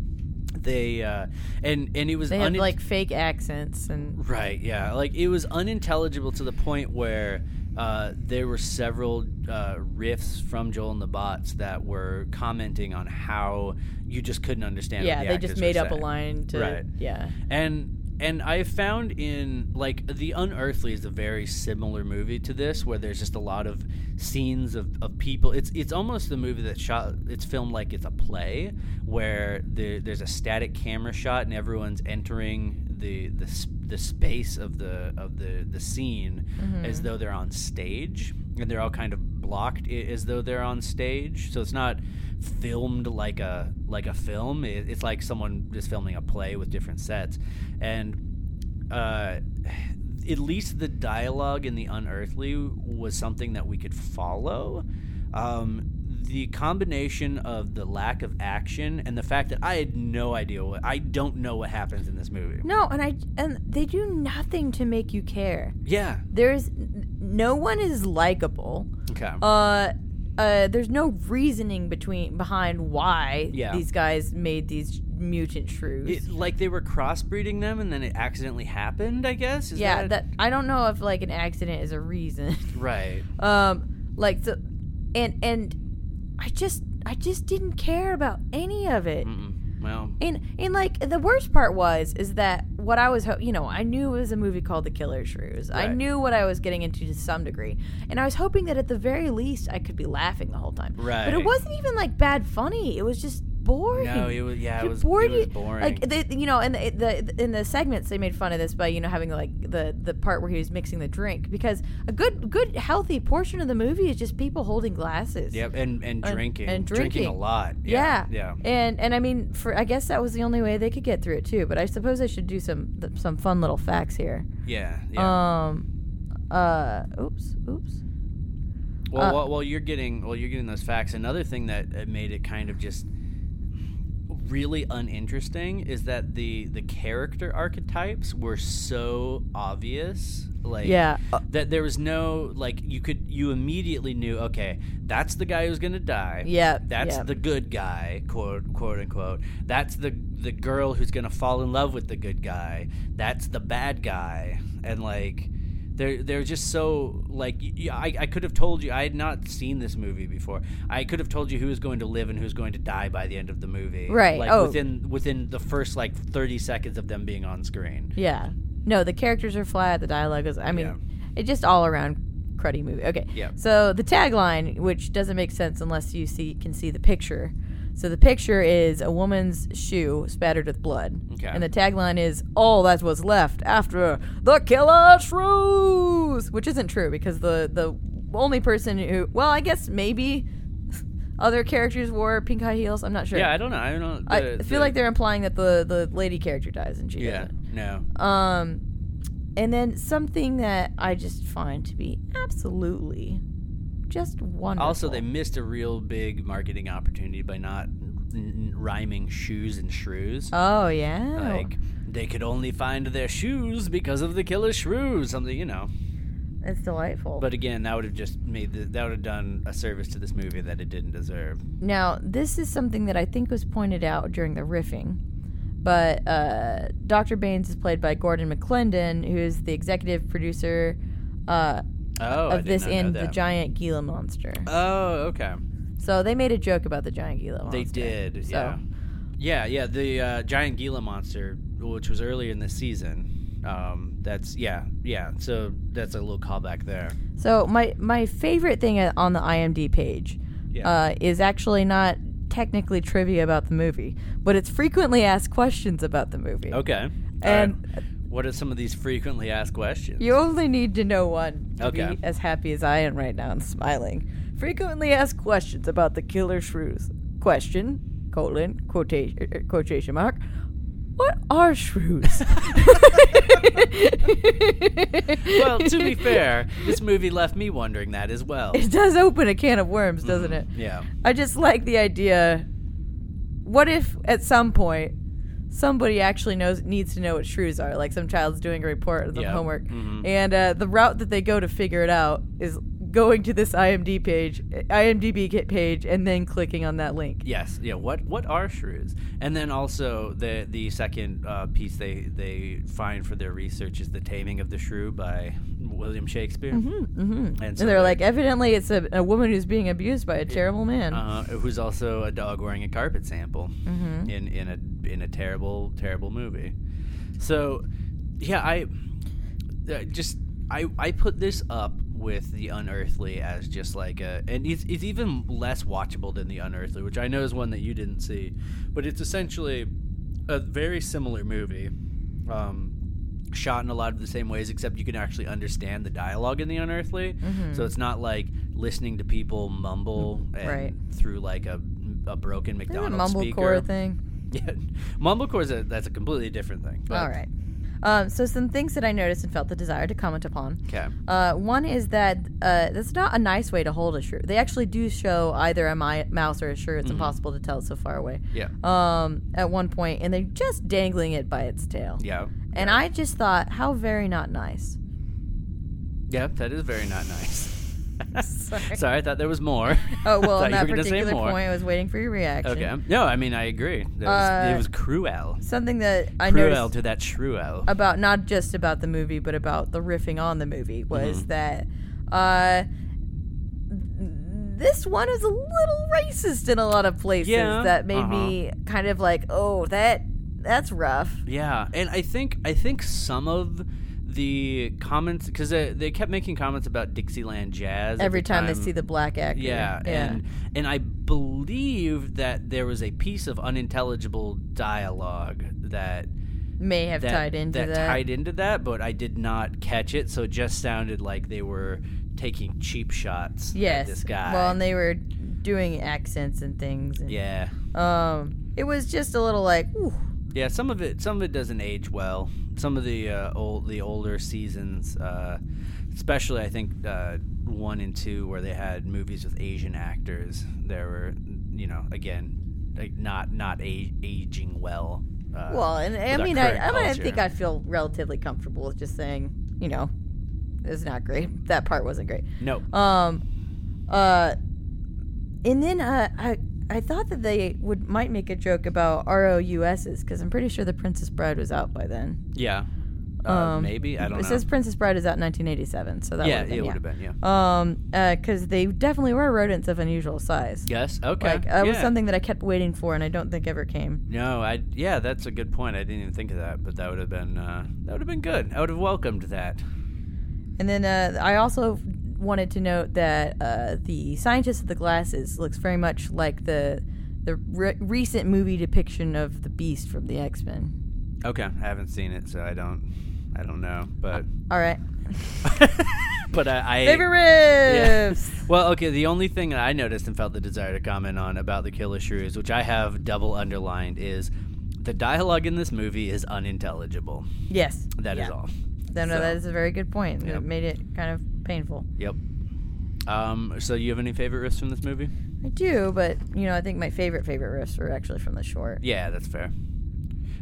Speaker 4: they uh, and and it was
Speaker 3: They have
Speaker 4: unin-
Speaker 3: like fake accents and
Speaker 4: Right, yeah. Like it was unintelligible to the point where uh, there were several uh, riffs from Joel and the Bots that were commenting on how you just couldn't understand.
Speaker 3: yeah,
Speaker 4: what the
Speaker 3: they just
Speaker 4: actors
Speaker 3: made
Speaker 4: were
Speaker 3: up a
Speaker 4: saying.
Speaker 3: line to
Speaker 4: Right.
Speaker 3: yeah.
Speaker 4: And and I found in like the Unearthly is a very similar movie to this, where there's just a lot of scenes of, of people. It's it's almost the movie that shot. It's filmed like it's a play, where the, there's a static camera shot and everyone's entering the the, s- the space of the of the the scene as though they're on stage, and they're all kind of blocked i- as though they're on stage. So it's not filmed like a like a film. It, it's like someone is filming a play with different sets, and uh, at least the dialogue in the Unearthly was something that we could follow. Um, the combination of the lack of action and the fact that I had no idea what I don't know what happens in this movie.
Speaker 3: No, and I and they do nothing to make you care.
Speaker 4: Yeah.
Speaker 3: There's n- no one is likable.
Speaker 4: Okay.
Speaker 3: Uh uh, there's no reasoning between behind why
Speaker 4: Yeah.
Speaker 3: these guys made these mutant shrews.
Speaker 4: It- like they were crossbreeding them, and then it accidentally happened. I guess. Is
Speaker 3: yeah,
Speaker 4: that,
Speaker 3: that I don't know if like an accident is a reason.
Speaker 4: right.
Speaker 3: um like so and and i just i just didn't care about any of it
Speaker 4: Mm-mm. Well,
Speaker 3: and and like the worst part was is that what i was ho- you know i knew it was a movie called the killer shrews i
Speaker 4: Right.
Speaker 3: knew what i was getting into to some degree and i was hoping that at the very least i could be laughing the whole time but
Speaker 4: Right.
Speaker 3: it wasn't even like bad funny it was just boring
Speaker 4: No, it was yeah, it
Speaker 3: You're
Speaker 4: was,
Speaker 3: bored,
Speaker 4: it was
Speaker 3: you-
Speaker 4: boring.
Speaker 3: Like they, you know, and the, the in the segments they made fun of this by you know having like the the part where he was mixing the drink because a good good healthy portion of the movie is just people holding glasses.
Speaker 4: yep, and and
Speaker 3: and-
Speaker 4: drinking
Speaker 3: and
Speaker 4: a
Speaker 3: drinking.
Speaker 4: lot.
Speaker 3: Yeah.
Speaker 4: yeah.
Speaker 3: And and I mean, for I guess that was the only way they could get through it too. But I suppose I should do some th- some fun little facts here.
Speaker 4: Yeah, yeah.
Speaker 3: Um, uh, oops, oops.
Speaker 4: well,
Speaker 3: uh,
Speaker 4: while, while you're getting while you're getting those facts, another thing that uh, made it kind of just really uninteresting is that the the character archetypes were so obvious. Like
Speaker 3: Yeah.
Speaker 4: that there was no like you could you immediately knew okay that's the guy who's gonna die
Speaker 3: Yep,
Speaker 4: that's
Speaker 3: yep.
Speaker 4: the good guy quote quote unquote that's the the girl who's gonna fall in love with the good guy that's the bad guy and like they're they're just so like y- y- I, I could have told you I had not seen this movie before I could have told you who was going to live and who's going to die by the end of the movie
Speaker 3: Right,
Speaker 4: like
Speaker 3: oh.
Speaker 4: within within the first like thirty seconds of them being on screen
Speaker 3: Yeah. No, the characters are flat. The dialogue is. I mean,
Speaker 4: Yeah.
Speaker 3: it just all around cruddy movie. Okay.
Speaker 4: Yeah.
Speaker 3: So the tagline, which doesn't make sense unless you see can see the picture. So the picture is a woman's shoe spattered with blood.
Speaker 4: Okay.
Speaker 3: And the tagline is all that's what's left after the killer shrews, which isn't true because the the only person who well, I guess maybe other characters wore pink high heels. I'm not sure.
Speaker 4: yeah I don't know I don't know
Speaker 3: I
Speaker 4: the-
Speaker 3: feel
Speaker 4: the-
Speaker 3: like they're implying that the the lady character dies and she
Speaker 4: yeah
Speaker 3: doesn't.
Speaker 4: no
Speaker 3: Um, and then something that I just find to be absolutely just wonderful.
Speaker 4: Also, they missed a real big marketing opportunity by not n- n- rhyming shoes and shrews.
Speaker 3: oh yeah,
Speaker 4: Like they could only find their shoes because of the killer shrews, something you know.
Speaker 3: it's delightful.
Speaker 4: But again, that would have just made the, that would have done a service to this movie that it didn't deserve.
Speaker 3: now this is something that I think was pointed out during the riffing. But uh, Dr. Baines is played by Gordon McClendon, who is the executive producer uh,
Speaker 4: Oh, I
Speaker 3: of
Speaker 4: did
Speaker 3: this
Speaker 4: not know
Speaker 3: and the
Speaker 4: that.
Speaker 3: giant Gila monster.
Speaker 4: Oh, okay.
Speaker 3: so they made a joke about the giant Gila monster.
Speaker 4: They did.
Speaker 3: So-
Speaker 4: Yeah. Yeah, yeah. The uh, giant Gila monster, which was earlier in the season. Um, that's yeah, yeah. So that's a little callback there.
Speaker 3: So my my favorite thing uh, on the IMDb page
Speaker 4: Yeah.
Speaker 3: uh, is actually not technically trivia about the movie, but it's frequently asked questions about the movie.
Speaker 4: Okay.
Speaker 3: And-
Speaker 4: All right. what are some of these frequently asked questions?
Speaker 3: You only need to know one to
Speaker 4: Okay.
Speaker 3: be as happy as I am right now and smiling. Frequently asked questions about the killer shrews. Question, colon, quotation, er, quotation mark. What are shrews?
Speaker 4: well, to be fair, this movie left me wondering that as well.
Speaker 3: it does open a can of worms, doesn't it?
Speaker 4: Yeah.
Speaker 3: I just like the idea. What if at some point somebody actually knows needs to know what shrews are? Like some child's doing a report of
Speaker 4: Yeah.
Speaker 3: homework,
Speaker 4: Mm-hmm.
Speaker 3: and uh, the route that they go to figure it out is going to this IMDb page, IMDb ca- page, and then clicking on that link.
Speaker 4: Yes. Yeah. What What are shrews? And then also the the second uh, piece they they find for their research is the Taming of the Shrew by William Shakespeare. Mm-hmm, mm-hmm. And, so
Speaker 3: And they're like, evidently, it's a, a woman who's being abused by a terrible man.
Speaker 4: uh, who's also a dog wearing a carpet sample in in a in a terrible terrible movie. So, yeah, I uh, just I I put this up with the unearthly as just like a and it's, it's even less watchable than the unearthly which i know is one that you didn't see but it's essentially a very similar movie um, shot in a lot of the same ways, except you can actually understand the dialogue in the unearthly.
Speaker 3: Mm-hmm.
Speaker 4: So it's not like listening to people mumble and
Speaker 3: Right.
Speaker 4: through like a, a broken
Speaker 3: Isn't it
Speaker 4: McDonald's
Speaker 3: mumblecore
Speaker 4: speaker.
Speaker 3: thing.
Speaker 4: Yeah, mumblecore is a that's a completely different thing. But,
Speaker 3: All right. Um, so some things that I noticed and felt the desire to comment upon.
Speaker 4: Okay.
Speaker 3: Uh, one is that uh, that's not a nice way to hold a shrew. They actually do show either a mi- mouse or a shrew. It's impossible to tell; it's so far away.
Speaker 4: Mm-hmm. Yeah.
Speaker 3: Um, at one point, and they're just dangling it by its tail.
Speaker 4: yeah.
Speaker 3: And I just thought, how very not nice.
Speaker 4: Yeah, that is very not nice.
Speaker 3: Sorry.
Speaker 4: Sorry, I thought there was more.
Speaker 3: Oh well,
Speaker 4: Thought
Speaker 3: on
Speaker 4: you
Speaker 3: that
Speaker 4: were gonna say
Speaker 3: particular
Speaker 4: more.
Speaker 3: point, I was waiting for your reaction.
Speaker 4: Okay. No, I mean I agree. It was,
Speaker 3: Uh,
Speaker 4: it was cruel.
Speaker 3: Something that I
Speaker 4: Cruel
Speaker 3: noticed
Speaker 4: to that shruel.
Speaker 3: about not just about the movie but about the riffing on the movie was
Speaker 4: Mm-hmm.
Speaker 3: that uh this one is a little racist in a lot of places
Speaker 4: Yeah. Uh-huh.
Speaker 3: that made me kind of like oh that that's rough
Speaker 4: Yeah, and I think I think some of the comments because they, they kept making comments about Dixieland jazz at
Speaker 3: every
Speaker 4: the
Speaker 3: time, they see the black actor
Speaker 4: yeah, and and I believe that there was a piece of unintelligible dialogue that
Speaker 3: may have
Speaker 4: that
Speaker 3: tied into that,
Speaker 4: tied into that, but I did not catch it, so it just sounded like they were taking cheap shots
Speaker 3: yes
Speaker 4: at this guy.
Speaker 3: well and they were doing accents and things and,
Speaker 4: yeah,
Speaker 3: um it was just a little like ooh,
Speaker 4: yeah. Some of it some of it doesn't age well. Some of the uh, old the older seasons, uh, especially I think uh, one and two, where they had movies with Asian actors, there were you know again like not not a- aging well. Uh,
Speaker 3: Well, and I
Speaker 4: with our
Speaker 3: mean, I,
Speaker 4: current
Speaker 3: I, mean, I
Speaker 4: culture.
Speaker 3: think I feel relatively comfortable with just saying, you know, it's not great. That part wasn't great.
Speaker 4: no.
Speaker 3: Um, uh, and then uh, I I thought that they would might make a joke about ROUSs because I'm pretty sure the Princess Bride was out by then.
Speaker 4: yeah. Uh, maybe I don't
Speaker 3: um, it
Speaker 4: know.
Speaker 3: says Princess Bride is out in 1987, so that
Speaker 4: yeah,
Speaker 3: would've been,
Speaker 4: it would have been yeah.
Speaker 3: Um, because they definitely were rodents of unusual size.
Speaker 4: Yes. Okay.
Speaker 3: Like that was
Speaker 4: yeah.
Speaker 3: something that I kept waiting for, and I don't think ever came.
Speaker 4: No, I yeah, that's a good point. I didn't even think of that, but that would have been uh, that would have been good. I would have welcomed that.
Speaker 3: And then uh, I also wanted to note that uh, the scientist with the glasses looks very much like the the re- recent movie depiction of the Beast from the X Men.
Speaker 4: Okay, I haven't seen it, so I don't I don't know, but
Speaker 3: All right,
Speaker 4: but I, I
Speaker 3: favorite riffs.
Speaker 4: Well, okay, the only thing that I noticed and felt the desire to comment on about the killer shrews, which I have double underlined, is the dialogue in this movie is unintelligible.
Speaker 3: Yes,
Speaker 4: That is
Speaker 3: Yeah.
Speaker 4: all.
Speaker 3: No, no,
Speaker 4: So-
Speaker 3: that is a very good point. and
Speaker 4: Yep.
Speaker 3: It made it kind of painful.
Speaker 4: Yep. Um, so you have any favorite riffs from this movie?
Speaker 3: I do, but you know, I think my favorite favorite riffs were actually from the short.
Speaker 4: Yeah, that's fair.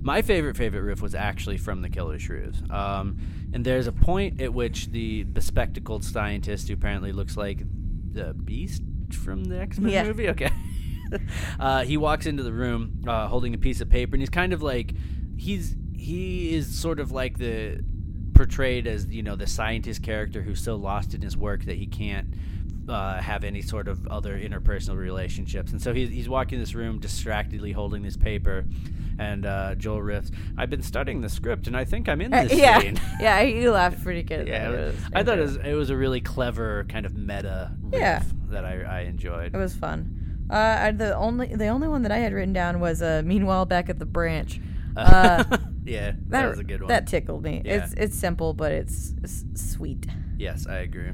Speaker 4: My favorite favorite riff was actually from the Killer Shrews, um, and there's a point at which the bespectacled scientist, who apparently looks like the Beast from the X Men
Speaker 3: Yeah.
Speaker 4: movie, okay, uh, he walks into the room uh, holding a piece of paper, and he's kind of like he's he is sort of like the portrayed as you know the scientist character who's so lost in his work that he can't uh, have any sort of other interpersonal relationships. And so he's, he's walking this room distractedly holding this paper, and uh, Joel riffs, I've been studying the script, and I think I'm in
Speaker 3: Uh,
Speaker 4: this
Speaker 3: yeah,
Speaker 4: scene.
Speaker 3: yeah, you laughed pretty good. at
Speaker 4: yeah,
Speaker 3: that.
Speaker 4: it was- I thought it was, it was a really clever kind of meta riff
Speaker 3: Yeah.
Speaker 4: that I, I enjoyed.
Speaker 3: It was fun. Uh, I- the only the only one that I had written down was uh, "Meanwhile Back at the Branch." Uh,
Speaker 4: yeah, that, was a good one.
Speaker 3: That tickled me.
Speaker 4: Yeah.
Speaker 3: It's it's simple, but it's, s sweet.
Speaker 4: yes, I agree.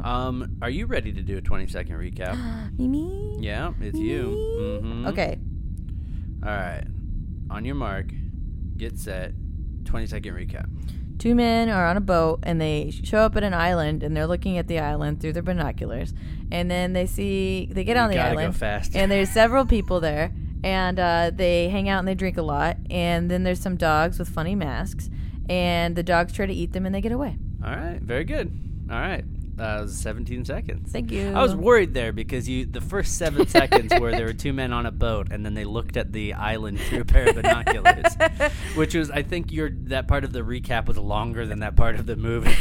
Speaker 4: Um, are you ready to do a 20 second recap?
Speaker 3: Mimi.
Speaker 4: yeah, it's you. Mm-hmm.
Speaker 3: Okay.
Speaker 4: All right. On your mark, get set. 20 second recap.
Speaker 3: Two men are on a boat and they show up at an island and they're looking at the island through their binoculars. And then they see they get on the
Speaker 4: gotta go
Speaker 3: island
Speaker 4: fast.
Speaker 3: and there's several people there and uh, they hang out and they drink a lot. And then there's some dogs with funny masks and the dogs try to eat them and they get away.
Speaker 4: All right. Very good. All right. That was 17 seconds.
Speaker 3: Thank you.
Speaker 4: I was worried there because you the first seven seconds where there were two men on a boat and then they looked at the island through a pair of binoculars, which was I think your that part of the recap was longer than that part of the movie.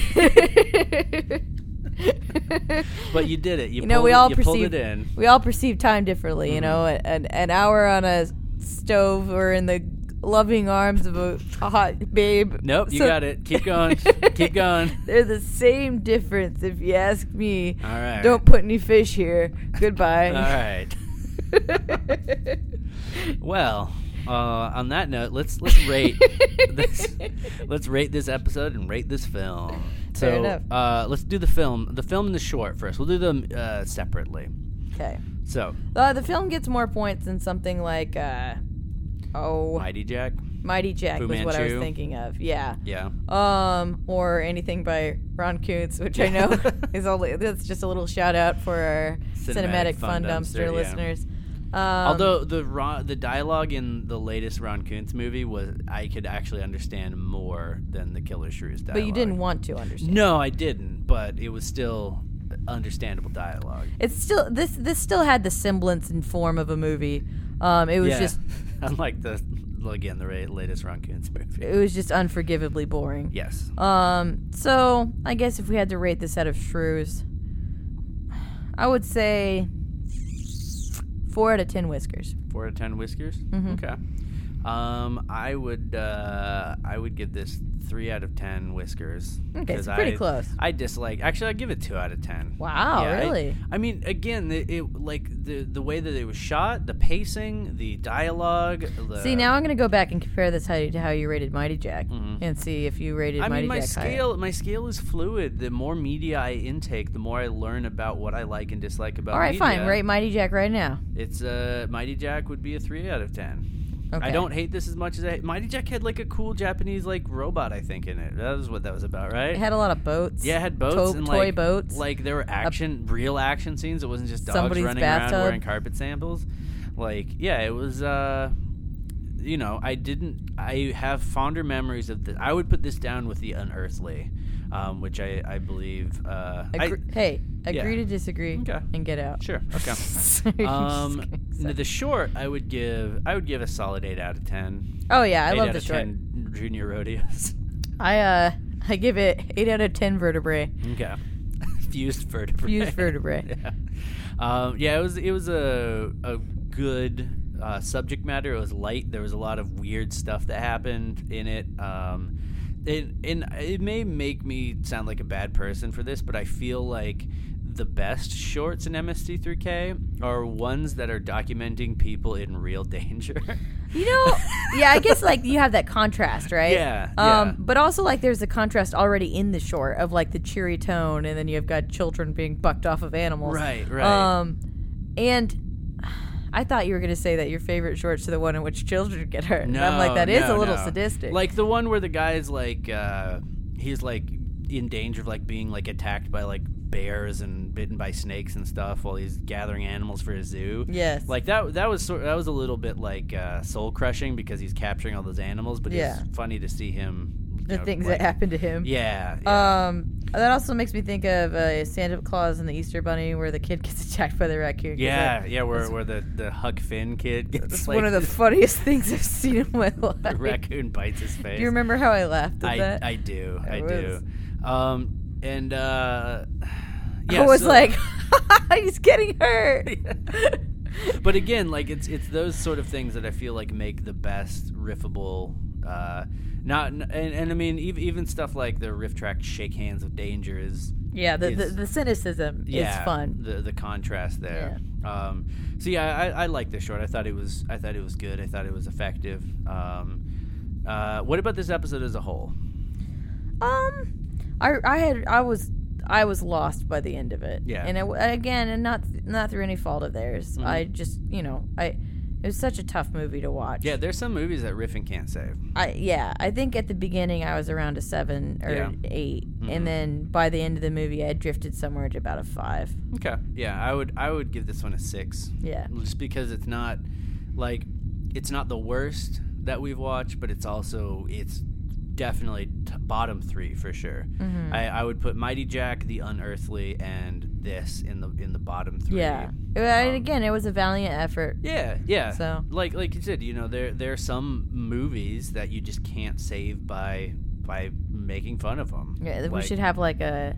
Speaker 4: but you did it. You,
Speaker 3: you know,
Speaker 4: pulled,
Speaker 3: we
Speaker 4: it-
Speaker 3: all
Speaker 4: you pulled
Speaker 3: perceive
Speaker 4: it in.
Speaker 3: we all perceive time differently.
Speaker 4: Mm-hmm.
Speaker 3: You know, an an hour on a stove or in the loving arms of a, a hot babe.
Speaker 4: Nope, you
Speaker 3: So
Speaker 4: got it. Keep going. Keep going.
Speaker 3: They're the same difference, if you ask me.
Speaker 4: All right.
Speaker 3: Don't put any fish here. Goodbye.
Speaker 4: All right. well, uh, on that note, let's let's rate this. Let's rate this episode and rate this film.
Speaker 3: Fair
Speaker 4: so
Speaker 3: enough.
Speaker 4: Uh, let's do the film, the film and the short first. We'll do them uh, separately.
Speaker 3: Okay.
Speaker 4: So,
Speaker 3: Uh, the film gets more points than something like, uh, oh,
Speaker 4: Mighty Jack.
Speaker 3: Mighty Jack
Speaker 4: Fu
Speaker 3: was what I was
Speaker 4: Manchu.
Speaker 3: thinking of. Yeah.
Speaker 4: Yeah.
Speaker 3: um, or anything by Ron Coots, which I know is only that's just a little shout out for our
Speaker 4: Cinematic
Speaker 3: cinematic, fun
Speaker 4: Fun
Speaker 3: dumpster,
Speaker 4: Dumpster, yeah.
Speaker 3: listeners. Um,
Speaker 4: Although the Ron, the dialogue in the latest Ron Kuntz movie was I could actually understand more than the Killer Shrews dialogue.
Speaker 3: but you didn't want to understand.
Speaker 4: No, I didn't. But it was still understandable dialogue.
Speaker 3: It's still this. This still had the semblance and form of a movie. Um, it was
Speaker 4: yeah.
Speaker 3: just
Speaker 4: unlike the again the ra- latest Ron Kuntz movie.
Speaker 3: it was just unforgivably boring.
Speaker 4: Yes.
Speaker 3: Um, so I guess if we had to rate this out of shrews, I would say four out of ten whiskers.
Speaker 4: Four out of ten whiskers.
Speaker 3: Mm-hmm.
Speaker 4: Okay. Um, I would uh, I would give this three out of ten whiskers.
Speaker 3: Okay,
Speaker 4: 'cause
Speaker 3: so pretty
Speaker 4: I-
Speaker 3: close.
Speaker 4: I dislike. Actually, I give it two out of ten.
Speaker 3: Wow,
Speaker 4: Yeah, I-
Speaker 3: really?
Speaker 4: I, mean, again, it, it like the the way that it was shot, the pacing, the dialogue. The,
Speaker 3: See, now I'm going to go back and compare this how you, to how you rated Mighty Jack and see if you rated
Speaker 4: Mm-hmm. I
Speaker 3: Mighty
Speaker 4: mean, my
Speaker 3: Jack higher.
Speaker 4: scale my scale is fluid. The more media I intake, the more I learn about what I like and dislike about.
Speaker 3: All right, fine.
Speaker 4: media.
Speaker 3: Rate Mighty Jack right now.
Speaker 4: It's uh, Mighty Jack would be a three out of ten. I
Speaker 3: Okay.
Speaker 4: don't hate this as much as I. Mighty Jack had like a cool Japanese like robot, I think, in it. That was what that was about, right?
Speaker 3: It had a lot of boats.
Speaker 4: yeah, it had boats
Speaker 3: To-
Speaker 4: and
Speaker 3: toy
Speaker 4: like
Speaker 3: boats.
Speaker 4: Like there were action, real action scenes. It wasn't just dogs
Speaker 3: Somebody's
Speaker 4: running
Speaker 3: bathtub.
Speaker 4: around wearing carpet samples. Like yeah, it was. uh You know, I didn't. I have fonder memories of this. I would put this down with the Unearthly, um, which I I believe. Uh, I-
Speaker 3: Agre- hey, agree
Speaker 4: yeah.
Speaker 3: to disagree
Speaker 4: Okay.
Speaker 3: and get out.
Speaker 4: sure. Okay.
Speaker 3: Sorry, I'm just
Speaker 4: Um,
Speaker 3: kidding.
Speaker 4: n-
Speaker 3: Sorry.
Speaker 4: the short I would give I would give a solid eight out of ten.
Speaker 3: oh yeah, I
Speaker 4: eight
Speaker 3: love
Speaker 4: out
Speaker 3: the
Speaker 4: of
Speaker 3: short.
Speaker 4: 10 junior rodeos.
Speaker 3: I uh, I give it eight out of ten vertebrae.
Speaker 4: okay, fused vertebrae.
Speaker 3: Fused vertebrae.
Speaker 4: yeah. Um, yeah, it was it was a a good uh, subject matter. It was light. There was a lot of weird stuff that happened in it. Um, and, and it may make me sound like a bad person for this, but I feel like the best shorts in MST3K are ones that are documenting people in real danger.
Speaker 3: You know, yeah, I guess like you have that contrast, right?
Speaker 4: Yeah,
Speaker 3: Um,
Speaker 4: yeah.
Speaker 3: but also like there's a contrast already in the short of like the cheery tone, and then you've got children being bucked off of animals.
Speaker 4: Right, right.
Speaker 3: Um, and I thought you were gonna say that your favorite shorts are the one in which children get hurt. and I'm like, that is a
Speaker 4: no,
Speaker 3: little
Speaker 4: no.
Speaker 3: sadistic.
Speaker 4: Like the one where the guy's like, uh, he's like in danger of like being like attacked by like bears and bitten by snakes and stuff while he's gathering animals for his zoo.
Speaker 3: Yes.
Speaker 4: Like that. That was sort. That was a little bit like uh, soul crushing because he's capturing all those animals, but
Speaker 3: Yeah.
Speaker 4: it's funny to see him. you
Speaker 3: the
Speaker 4: know,
Speaker 3: things
Speaker 4: like-
Speaker 3: that happened to him.
Speaker 4: Yeah. yeah.
Speaker 3: Um, that also makes me think of uh, Santa Claus and the Easter Bunny, where the kid gets attacked by the raccoon. 'cause
Speaker 4: yeah,
Speaker 3: that-
Speaker 4: yeah, where, where the, the Huck Finn kid gets
Speaker 3: It's
Speaker 4: like,
Speaker 3: one of the funniest things I've seen in my life.
Speaker 4: the raccoon bites his face.
Speaker 3: Do you remember how I laughed at
Speaker 4: I,
Speaker 3: that?
Speaker 4: I do. I
Speaker 3: was-
Speaker 4: do. Um, and uh, yeah,
Speaker 3: I was
Speaker 4: so-
Speaker 3: like, he's getting hurt.
Speaker 4: but again, like it's it's those sort of things that I feel like make the best riffable. Uh, not and, and I mean even, even stuff like the riff track "Shake Hands with Danger" is
Speaker 3: yeah, the, the,
Speaker 4: is-
Speaker 3: the cynicism
Speaker 4: yeah
Speaker 3: is fun.
Speaker 4: the the contrast there. Um, so yeah, I, I like this short. I thought it was I thought it was good. I thought it was effective. Um, uh, what about this episode as a whole?
Speaker 3: Um, I I had I was I was lost by the end of it.
Speaker 4: Yeah. Mm-hmm.
Speaker 3: And I w again, and not not through any fault of theirs. I just, you know, I it was such a tough movie to watch.
Speaker 4: Yeah, there's some movies that riffing can't save.
Speaker 3: I yeah, I think at the beginning I was around a seven or
Speaker 4: Yeah. Mm-hmm.
Speaker 3: 8 and then by the end of the movie I had drifted somewhere to about a five.
Speaker 4: Okay. Yeah, I would I would give this one a six.
Speaker 3: Yeah.
Speaker 4: Just because it's not like it's not the worst that we've watched, but it's also it's definitely t- bottom three for sure.
Speaker 3: Mm-hmm.
Speaker 4: I, I would put Mighty Jack, The Unearthly, and this in the in the bottom three.
Speaker 3: Yeah.
Speaker 4: Um,
Speaker 3: And again, it was a valiant effort.
Speaker 4: Yeah, yeah.
Speaker 3: So-
Speaker 4: like like you said, you know, there there are some movies that you just can't save by by making fun of them.
Speaker 3: Yeah, we should have like a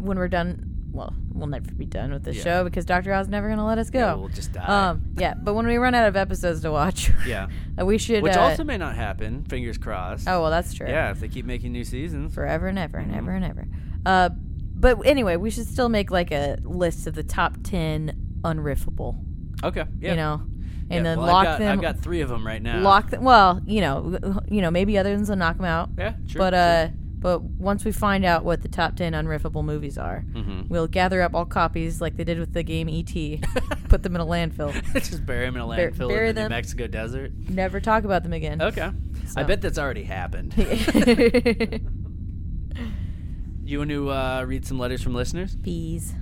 Speaker 3: when we're done. Well, we'll never be done with this
Speaker 4: Yeah.
Speaker 3: show because Doctor Oz is never gonna let us go.
Speaker 4: Yeah, we'll just die.
Speaker 3: Um, yeah, but when we run out of episodes to watch,
Speaker 4: Yeah.
Speaker 3: uh, we should.
Speaker 4: Which
Speaker 3: uh,
Speaker 4: also may not happen. Fingers crossed.
Speaker 3: oh well, that's true.
Speaker 4: Yeah, Mm-hmm. if they keep making new seasons.
Speaker 3: forever and ever and ever and ever. Uh, but anyway, we should still make like a list of the top ten unriffable.
Speaker 4: Okay. Yeah.
Speaker 3: You know,
Speaker 4: Yeah,
Speaker 3: and then
Speaker 4: well,
Speaker 3: lock
Speaker 4: I've got,
Speaker 3: them.
Speaker 4: I've got three of them right now.
Speaker 3: lock them. Well, you know, you know, maybe other ones will knock them out.
Speaker 4: Yeah. Sure.
Speaker 3: but uh but once we find out what the top 10 unriffable movies are
Speaker 4: Mm-hmm.
Speaker 3: we'll gather up all copies like they did with the game et put them in a landfill
Speaker 4: sure. just bury them in a
Speaker 3: uh, bur-
Speaker 4: landfill
Speaker 3: bury
Speaker 4: in the New
Speaker 3: them.
Speaker 4: Mexico desert.
Speaker 3: never talk about them again
Speaker 4: Okay. I
Speaker 3: So-
Speaker 4: bet that's already happened. you want to uh, read some letters from listeners?
Speaker 3: bees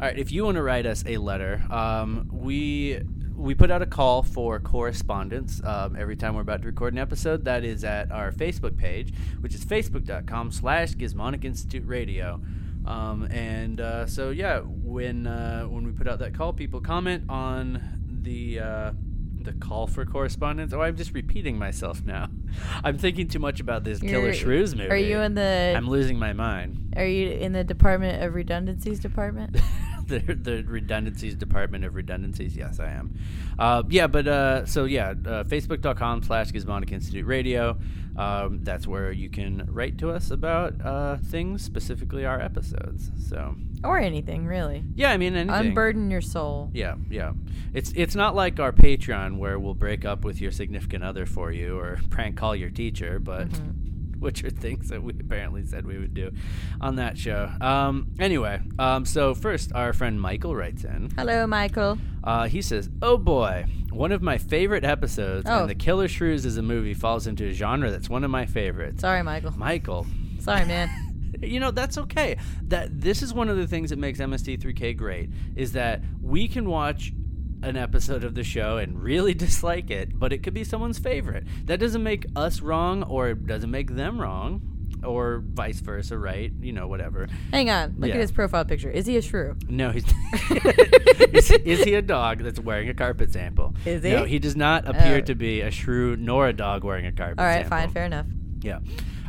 Speaker 4: All right, if you want to write us a letter, um, we we put out a call for correspondence um, every time we're about to record an episode. That is at our Facebook page, which is facebook.com slash Gizmonic Institute Radio. Um, and uh, so, yeah, when uh, when we put out that call, people comment on the uh, the call for correspondence. Oh, I'm just repeating myself now. I'm thinking too much about this Killer
Speaker 3: You're-
Speaker 4: Shrews movie.
Speaker 3: are you in the
Speaker 4: I'm losing my mind.
Speaker 3: are you in the department of redundancies department
Speaker 4: the, the redundancies department of redundancies yes i am uh, yeah but uh, so yeah uh, facebook.com slash gizmonic institute radio um, that's where you can write to us about uh, things specifically our episodes so
Speaker 3: or anything really
Speaker 4: yeah i mean anything.
Speaker 3: unburden your soul
Speaker 4: yeah yeah it's it's not like our patreon where we'll break up with your significant other for you or prank call your teacher but Which are things that we apparently said we would do on that show. Um, anyway, um, so first, our friend Michael writes in.
Speaker 3: hello michael
Speaker 4: Uh, he says, "Oh boy, one of my favorite episodes,
Speaker 3: Oh.
Speaker 4: and The Killer Shrews is a movie falls into a genre that's one of my favorites."
Speaker 3: sorry michael
Speaker 4: Michael,
Speaker 3: sorry man
Speaker 4: you know that's okay. That this is one of the things that makes MSD3K great is that we can watch an episode of the show and really dislike it, but it could be someone's favorite. That doesn't make us wrong, or it doesn't make them wrong. Or vice versa, right? You know, whatever.
Speaker 3: hang on look
Speaker 4: Yeah.
Speaker 3: at his profile picture is he a shrew
Speaker 4: No, he's is, is he a dog that's wearing a carpet sample?
Speaker 3: Is
Speaker 4: No,
Speaker 3: he?
Speaker 4: he does not appear
Speaker 3: Oh.
Speaker 4: to be a shrew nor a dog wearing a carpet.
Speaker 3: all right
Speaker 4: sample.
Speaker 3: fine fair enough
Speaker 4: Yeah.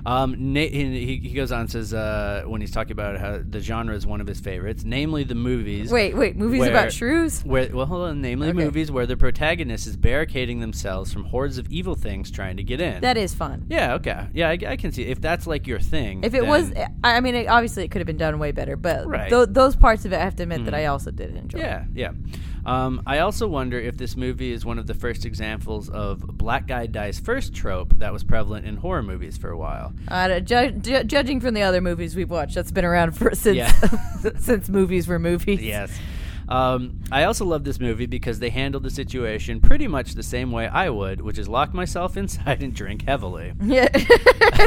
Speaker 4: Um, Na- he, he- he goes on and says uh, when he's talking about how the genre is one of his favorites, namely the movies.
Speaker 3: wait wait movies
Speaker 4: where-
Speaker 3: about shrews
Speaker 4: Where, well, hold on. Namely,
Speaker 3: Okay.
Speaker 4: movies where the protagonist is barricading themselves from hordes of evil things trying to get in.
Speaker 3: that is fun
Speaker 4: yeah, okay. Yeah, I, I can see. If that's like your thing.
Speaker 3: If it
Speaker 4: then-
Speaker 3: was, I I mean, it, obviously it could have been done way better, but
Speaker 4: Right. Mm.
Speaker 3: tho- those parts of it, I have to admit that I also did enjoy.
Speaker 4: Yeah, yeah. Um, I also wonder if this movie is one of the first examples of black guy dies first trope that was prevalent in horror movies for a while.
Speaker 3: Uh, ju- ju- judging from the other movies we've watched, that's been around for since
Speaker 4: Yeah.
Speaker 3: since movies were movies.
Speaker 4: Yes. Um, I also love this movie because they handled the situation pretty much the same way I would, which is lock myself inside and drink heavily.
Speaker 3: Yeah.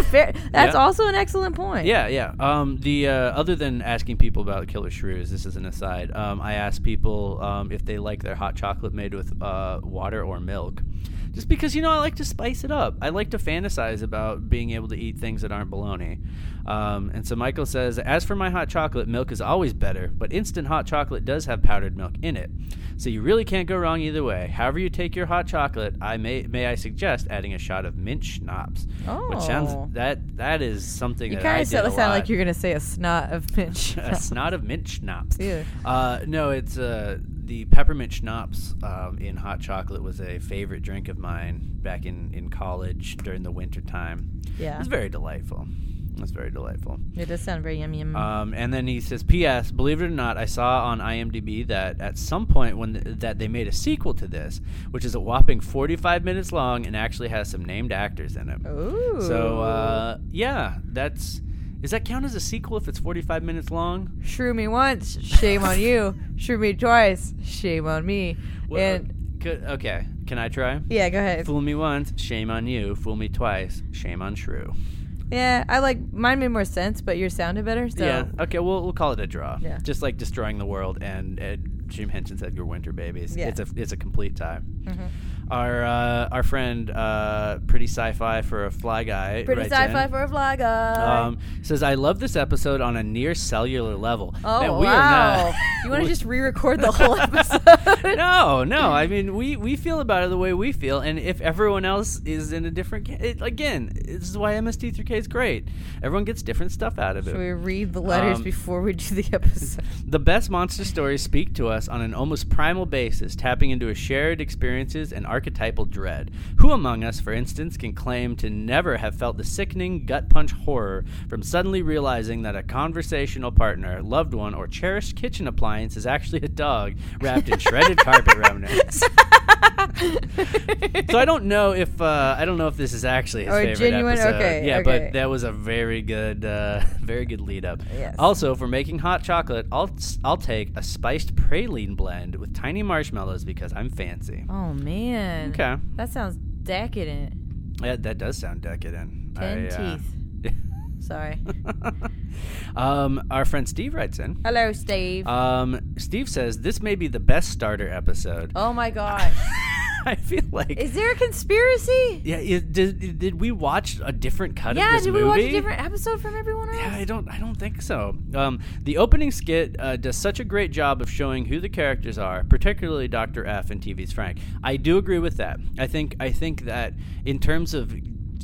Speaker 3: Fair- That's
Speaker 4: Yeah.
Speaker 3: also an excellent point.
Speaker 4: Yeah, yeah. Um, the uh, other than asking people about killer shrews, this is an aside. Um, I asked people um, if they like their hot chocolate made with uh, water or milk, just because you know I like to spice it up. I like to fantasize about being able to eat things that aren't bologna. Um, and so Michael says, as for my hot chocolate, milk is always better, but instant hot chocolate does have powdered milk in it, so you really can't go wrong either way. However you take your hot chocolate, I may may I suggest adding a shot of mint schnapps, which
Speaker 3: Oh.
Speaker 4: sounds that that is something
Speaker 3: You
Speaker 4: that I
Speaker 3: kind of
Speaker 4: did a
Speaker 3: sound
Speaker 4: lot.
Speaker 3: like you're gonna say a snot of pinch.
Speaker 4: a snot of mint schnapps.
Speaker 3: Ew.
Speaker 4: Uh, no, it's uh, the peppermint schnapps um, in hot chocolate was a favorite drink of mine back in, in college during the winter time.
Speaker 3: Yeah.
Speaker 4: It was very delightful. It was very delightful.
Speaker 3: it does sound very yum yum.
Speaker 4: Um, and then he says, "P.S. Believe it or not, I saw on IMDb that at some point when th- that they made a sequel to this, which is a whopping 45 minutes
Speaker 3: Oh.
Speaker 4: long and actually has some named actors in it.
Speaker 3: Ooh.
Speaker 4: So uh, yeah, uh, that's Does that count as a sequel if it's 45 minutes long?
Speaker 3: Shrew me once, shame on you. Shrew me twice, shame on me.
Speaker 4: Well,
Speaker 3: and
Speaker 4: could, okay, can I try?
Speaker 3: yeah, go ahead.
Speaker 4: Fool me once, shame on you. Fool me twice, shame on Shrew.
Speaker 3: Yeah, I like mine made more sense, but yours sounded better. So
Speaker 4: yeah. Okay. We'll we'll call it a draw.
Speaker 3: Yeah.
Speaker 4: Just like destroying the world and uh, Jim Henson's Edgar Winter babies.
Speaker 3: Yeah. Mm-hmm.
Speaker 4: It's a it's a complete tie. Our uh, our friend uh, pretty sci-fi for a fly guy.
Speaker 3: pretty
Speaker 4: writes
Speaker 3: sci-fi
Speaker 4: in,
Speaker 3: for a uh. fly guy.
Speaker 4: um, says I love this episode on a near cellular level.
Speaker 3: oh
Speaker 4: Man, we
Speaker 3: wow!
Speaker 4: Are not,
Speaker 3: you want to just re-record the whole episode?
Speaker 4: no, no. I mean, we we feel about it the way we feel, and if everyone else is in a different, ca- it, again, this is why MST3K is great. Everyone gets different stuff out of it.
Speaker 3: Should we read the letters
Speaker 4: Um,
Speaker 3: before we do the episode?
Speaker 4: The best monster stories speak to us on an almost primal basis, tapping into a shared experiences and archetypal dread. Who among us, for instance, can claim to never have felt the sickening gut punch horror from suddenly realizing that a conversational partner, loved one, or cherished kitchen appliance is actually a dog wrapped in shredded carpet remnants? so I don't know if uh, I don't know if this is actually his
Speaker 3: Or
Speaker 4: favorite
Speaker 3: genuine-
Speaker 4: episode.
Speaker 3: okay,
Speaker 4: yeah,
Speaker 3: okay.
Speaker 4: but that was a very good, uh, very good lead up.
Speaker 3: Yes.
Speaker 4: Also, for making hot chocolate, I'll I'll take a spiced praline blend with tiny marshmallows because I'm fancy.
Speaker 3: oh man.
Speaker 4: Okay.
Speaker 3: That sounds decadent.
Speaker 4: Yeah, that does sound decadent.
Speaker 3: Ten
Speaker 4: I, uh,
Speaker 3: teeth. Sorry.
Speaker 4: um, our friend Steve writes in.
Speaker 3: Hello, Steve.
Speaker 4: Um, Steve says this may be the best starter episode.
Speaker 3: oh my god.
Speaker 4: I feel like.
Speaker 3: Is there a conspiracy?
Speaker 4: yeah, is, did, did we watch a different cut
Speaker 3: Yeah,
Speaker 4: of this
Speaker 3: did we
Speaker 4: movie?
Speaker 3: watch a different episode from everyone else?
Speaker 4: Yeah, I don't. I don't think so. Um, the opening skit uh, does such a great job of showing who the characters are, particularly Doctor F and TV's Frank. I do agree with that. I think. I think that in terms of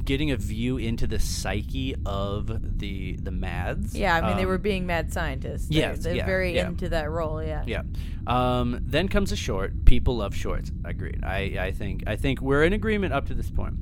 Speaker 4: getting a view into the psyche of the the Mads.
Speaker 3: Yeah, I mean they
Speaker 4: um,
Speaker 3: were being mad scientists.
Speaker 4: yes,
Speaker 3: they're, they're
Speaker 4: yeah,
Speaker 3: very
Speaker 4: yeah.
Speaker 3: into that role. Yeah.
Speaker 4: Yeah. Um, then comes a short. People love shorts. Agreed. I, I think I think we're in agreement up to this point.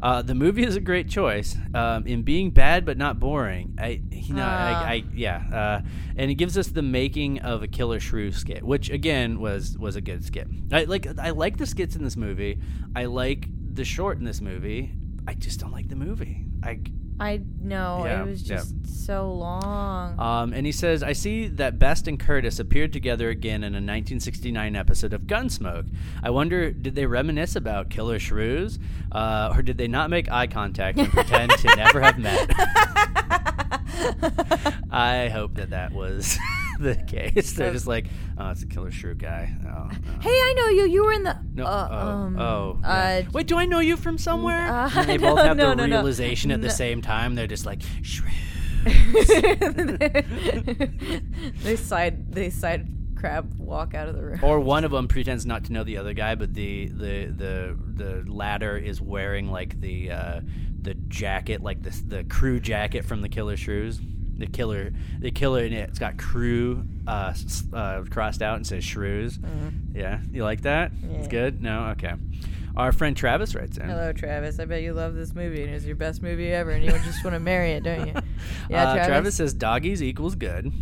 Speaker 4: Uh, the movie is a great choice um, in being bad but not boring. I you know
Speaker 3: Ah.
Speaker 4: I, I yeah. Uh, and it gives us the making of a killer shrew skit, which again was was a good skit. I like I like the skits in this movie. I like the short in this movie. I just don't like the movie. I
Speaker 3: I know
Speaker 4: Yeah,
Speaker 3: it was
Speaker 4: yeah.
Speaker 3: just so long.
Speaker 4: um, and he says, I see that Best and Curtis appeared together again in a 1969 episode of Gunsmoke. I wonder, did they reminisce about Killer Shrews? Uh, or did they not make eye contact and pretend to never have met? Uh, I hope that that was the case. They're just like, oh, it's a Killer Shrew guy. Oh, oh,
Speaker 3: hey, I know you. You were in the.
Speaker 4: No,
Speaker 3: uh,
Speaker 4: oh,
Speaker 3: um,
Speaker 4: oh,
Speaker 3: uh,
Speaker 4: yeah. Wait, do I know you from somewhere?
Speaker 3: uh,
Speaker 4: and they
Speaker 3: no,
Speaker 4: both have
Speaker 3: no,
Speaker 4: the
Speaker 3: no, no.
Speaker 4: realization at the
Speaker 3: No.
Speaker 4: same time. They're just like, Shrew.
Speaker 3: they side. They side crab walk out of the room.
Speaker 4: or one of them pretends not to know the other guy, but the the the the latter is wearing like the uh, the jacket, like the the crew jacket from the Killer Shrews. The killer, the killer, and it's got crew uh, s- uh, crossed out and says shrews.
Speaker 3: Mm-hmm.
Speaker 4: Yeah, you like that? It's good. No, okay. Our friend Travis writes in.
Speaker 3: Hello, Travis. I bet you love this movie and it's your best movie ever, and you just want to marry it, don't you? Yeah,
Speaker 4: Uh, Travis. says doggies equals good.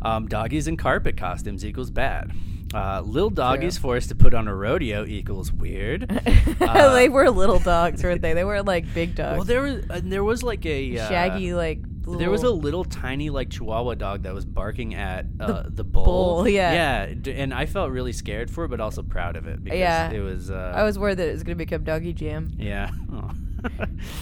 Speaker 4: Um, doggies in carpet costumes equals bad. Uh, little doggies forced to put on a rodeo equals weird.
Speaker 3: they were little dogs, weren't they? They weren't like big dogs.
Speaker 4: uh, Well, there was uh, there was like a uh,
Speaker 3: shaggy, like
Speaker 4: There was a
Speaker 3: little-
Speaker 4: little tiny like Chihuahua dog that was barking at uh, the, bull.
Speaker 3: bull, yeah.
Speaker 4: yeah, d- and I felt really scared for it, but also proud of it because
Speaker 3: Yeah.
Speaker 4: it was. Uh,
Speaker 3: I was worried that it was gonna become Doggy Jam.
Speaker 4: yeah. Oh.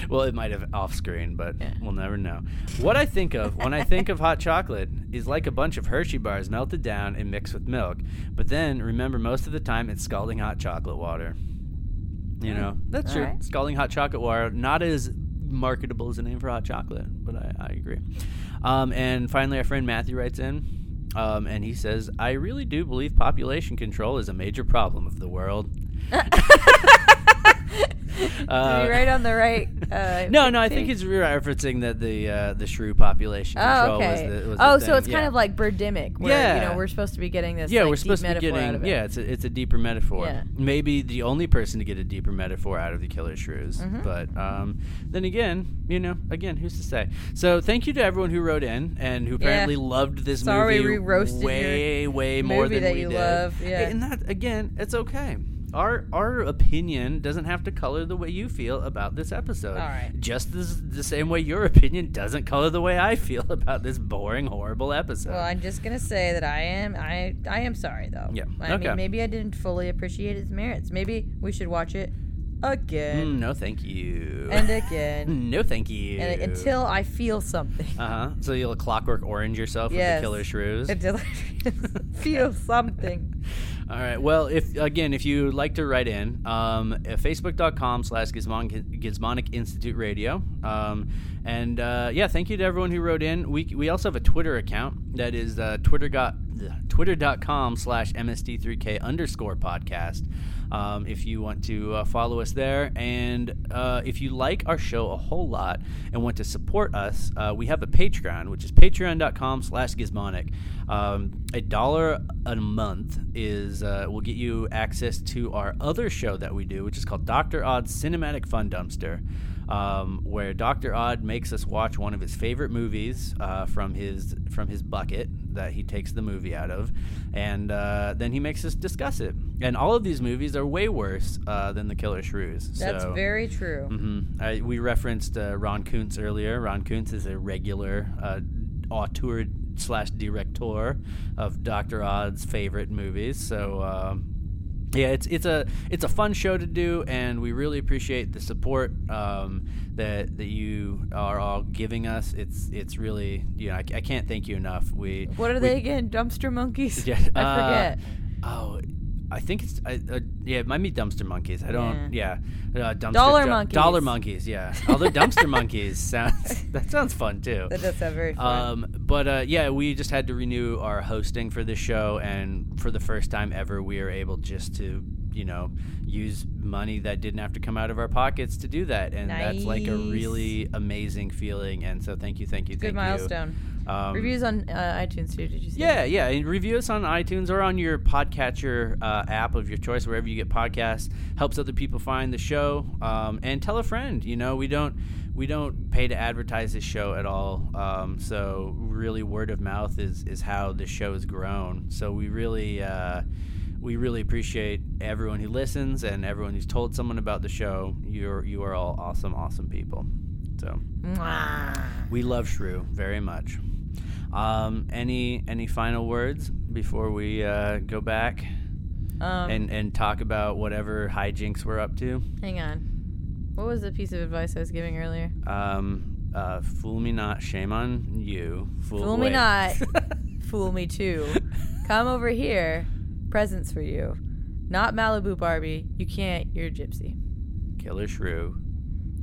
Speaker 4: well, it might have off screen, but we'll never know. What I think of when I think of hot chocolate is like a bunch of Hershey bars melted down and mixed with milk. But then remember, most of the time it's scalding hot chocolate water. You know, that's true.
Speaker 3: Mm. Alright.
Speaker 4: Scalding hot chocolate water, not as marketable as a name for hot chocolate, but I, I agree. Um, and finally, our friend Matthew writes in. Um, and he says, I really do believe population control is a major problem of the world.
Speaker 3: Did
Speaker 4: Uh,
Speaker 3: we write on the right? Uh,
Speaker 4: No, no, I
Speaker 3: thing?
Speaker 4: think he's referencing that the uh, the shrew population
Speaker 3: Oh,
Speaker 4: control
Speaker 3: okay.
Speaker 4: was the was the
Speaker 3: oh, so
Speaker 4: thing,
Speaker 3: it's kind
Speaker 4: yeah.
Speaker 3: of like Birdemic, where you
Speaker 4: Yeah.
Speaker 3: know we're supposed to be getting this.
Speaker 4: yeah,
Speaker 3: like,
Speaker 4: we're
Speaker 3: deep
Speaker 4: supposed to be
Speaker 3: metaphor out of
Speaker 4: getting
Speaker 3: it.
Speaker 4: yeah, it's a, it's a deeper metaphor.
Speaker 3: Yeah.
Speaker 4: Maybe the only person to get a deeper metaphor out of the killer shrews,
Speaker 3: Mm-hmm.
Speaker 4: but um, then again, you know, again, who's to say? So thank you to everyone who wrote in and who apparently loved this
Speaker 3: Sorry
Speaker 4: movie
Speaker 3: we roasted your
Speaker 4: way way more
Speaker 3: movie
Speaker 4: than
Speaker 3: that
Speaker 4: we
Speaker 3: you
Speaker 4: did.
Speaker 3: love, yeah.
Speaker 4: and that again, it's okay. our our opinion doesn't have to color the way you feel about this episode.
Speaker 3: All right.
Speaker 4: Just this, the same way your opinion doesn't color the way I feel about this boring, horrible episode.
Speaker 3: Well, I'm just gonna say that I am I I am sorry though.
Speaker 4: Yeah.
Speaker 3: I
Speaker 4: Okay.
Speaker 3: mean, maybe I didn't fully appreciate its merits. Maybe we should watch it again
Speaker 4: Mm, no, thank you.
Speaker 3: and again
Speaker 4: no, thank you.
Speaker 3: and until I feel something.
Speaker 4: Uh huh. So you'll clockwork orange yourself with
Speaker 3: Yes.
Speaker 4: the killer shrews.
Speaker 3: Until I feel something.
Speaker 4: All right. Well, if again, if you would like to write in, um, at facebook.com slash Gizmon- Gizmonic Institute Radio. Um, and uh, yeah, thank you to everyone who wrote in. We, we also have a Twitter account that is uh, Twitter got, twitter.com slash MSD3K underscore podcast. Um, if you want to uh, follow us there. And uh, if you like our show a whole lot and want to support us, uh, we have a Patreon, which is patreon.com slash gizmonic. Um, a dollar a month is uh, will get you access to our other show that we do, which is called Dr. Odd's Cinematic Fun Dumpster. Um, where Doctor Odd makes us watch one of his favorite movies uh, from his from his bucket that he takes the movie out of, and uh, then he makes us discuss it. And all of these movies are way worse uh, than the Killer Shrews.
Speaker 3: That's
Speaker 4: so,
Speaker 3: very true.
Speaker 4: Mhm. I, we referenced uh, Ron Kuntz earlier. Ron Kuntz is a regular uh, auteur slash director of Doctor Odd's favorite movies. So. um yeah, it's it's a it's a fun show to do, and we really appreciate the support um, that that you are all giving us. It's it's really you know I, I can't thank you enough. We
Speaker 3: What are
Speaker 4: we-
Speaker 3: they again? Dumpster monkeys?
Speaker 4: yeah,
Speaker 3: I
Speaker 4: uh,
Speaker 3: forget.
Speaker 4: Oh, I think it's I, uh, yeah. It might be dumpster monkeys. I don't. Yeah, Uh, dumpster,
Speaker 3: Dollar
Speaker 4: jo-
Speaker 3: monkeys.
Speaker 4: Dollar monkeys. Yeah. Although dumpster monkeys sounds that sounds fun too.
Speaker 3: That does sound very fun.
Speaker 4: Um, but uh, yeah, we just had to renew our hosting for this show, and for the first time ever, we were able just to you know use money that didn't have to come out of our pockets to do that, and that's like a
Speaker 3: Nice.
Speaker 4: really amazing feeling. And so thank you, thank you,
Speaker 3: Good
Speaker 4: thank
Speaker 3: milestone.
Speaker 4: you. Um,
Speaker 3: Reviews on uh, iTunes too. Did you see?
Speaker 4: yeah, yeah. And review us on iTunes or on your podcatcher uh, app of your choice, wherever you get podcasts. Helps other people find the show. Um, and tell a friend. You know, we don't we don't pay to advertise this show at all. Um, so really, word of mouth is is how this show has grown. So we really. Uh, we really appreciate everyone who listens and everyone who's told someone about the show. You're you are all awesome, awesome people. So we love Shrew very much. Um, any any final words before we uh, go back
Speaker 3: Um,
Speaker 4: and and talk about whatever hijinks we're up to?
Speaker 3: hang on. What was the piece of advice I was giving earlier?
Speaker 4: Um, uh, fool me not, shame on you.
Speaker 3: Fool me
Speaker 4: wait.
Speaker 3: not, fool me too. Come over here. Presents for you. Not Malibu Barbie. You can't. You're a gypsy.
Speaker 4: Killer Shrew.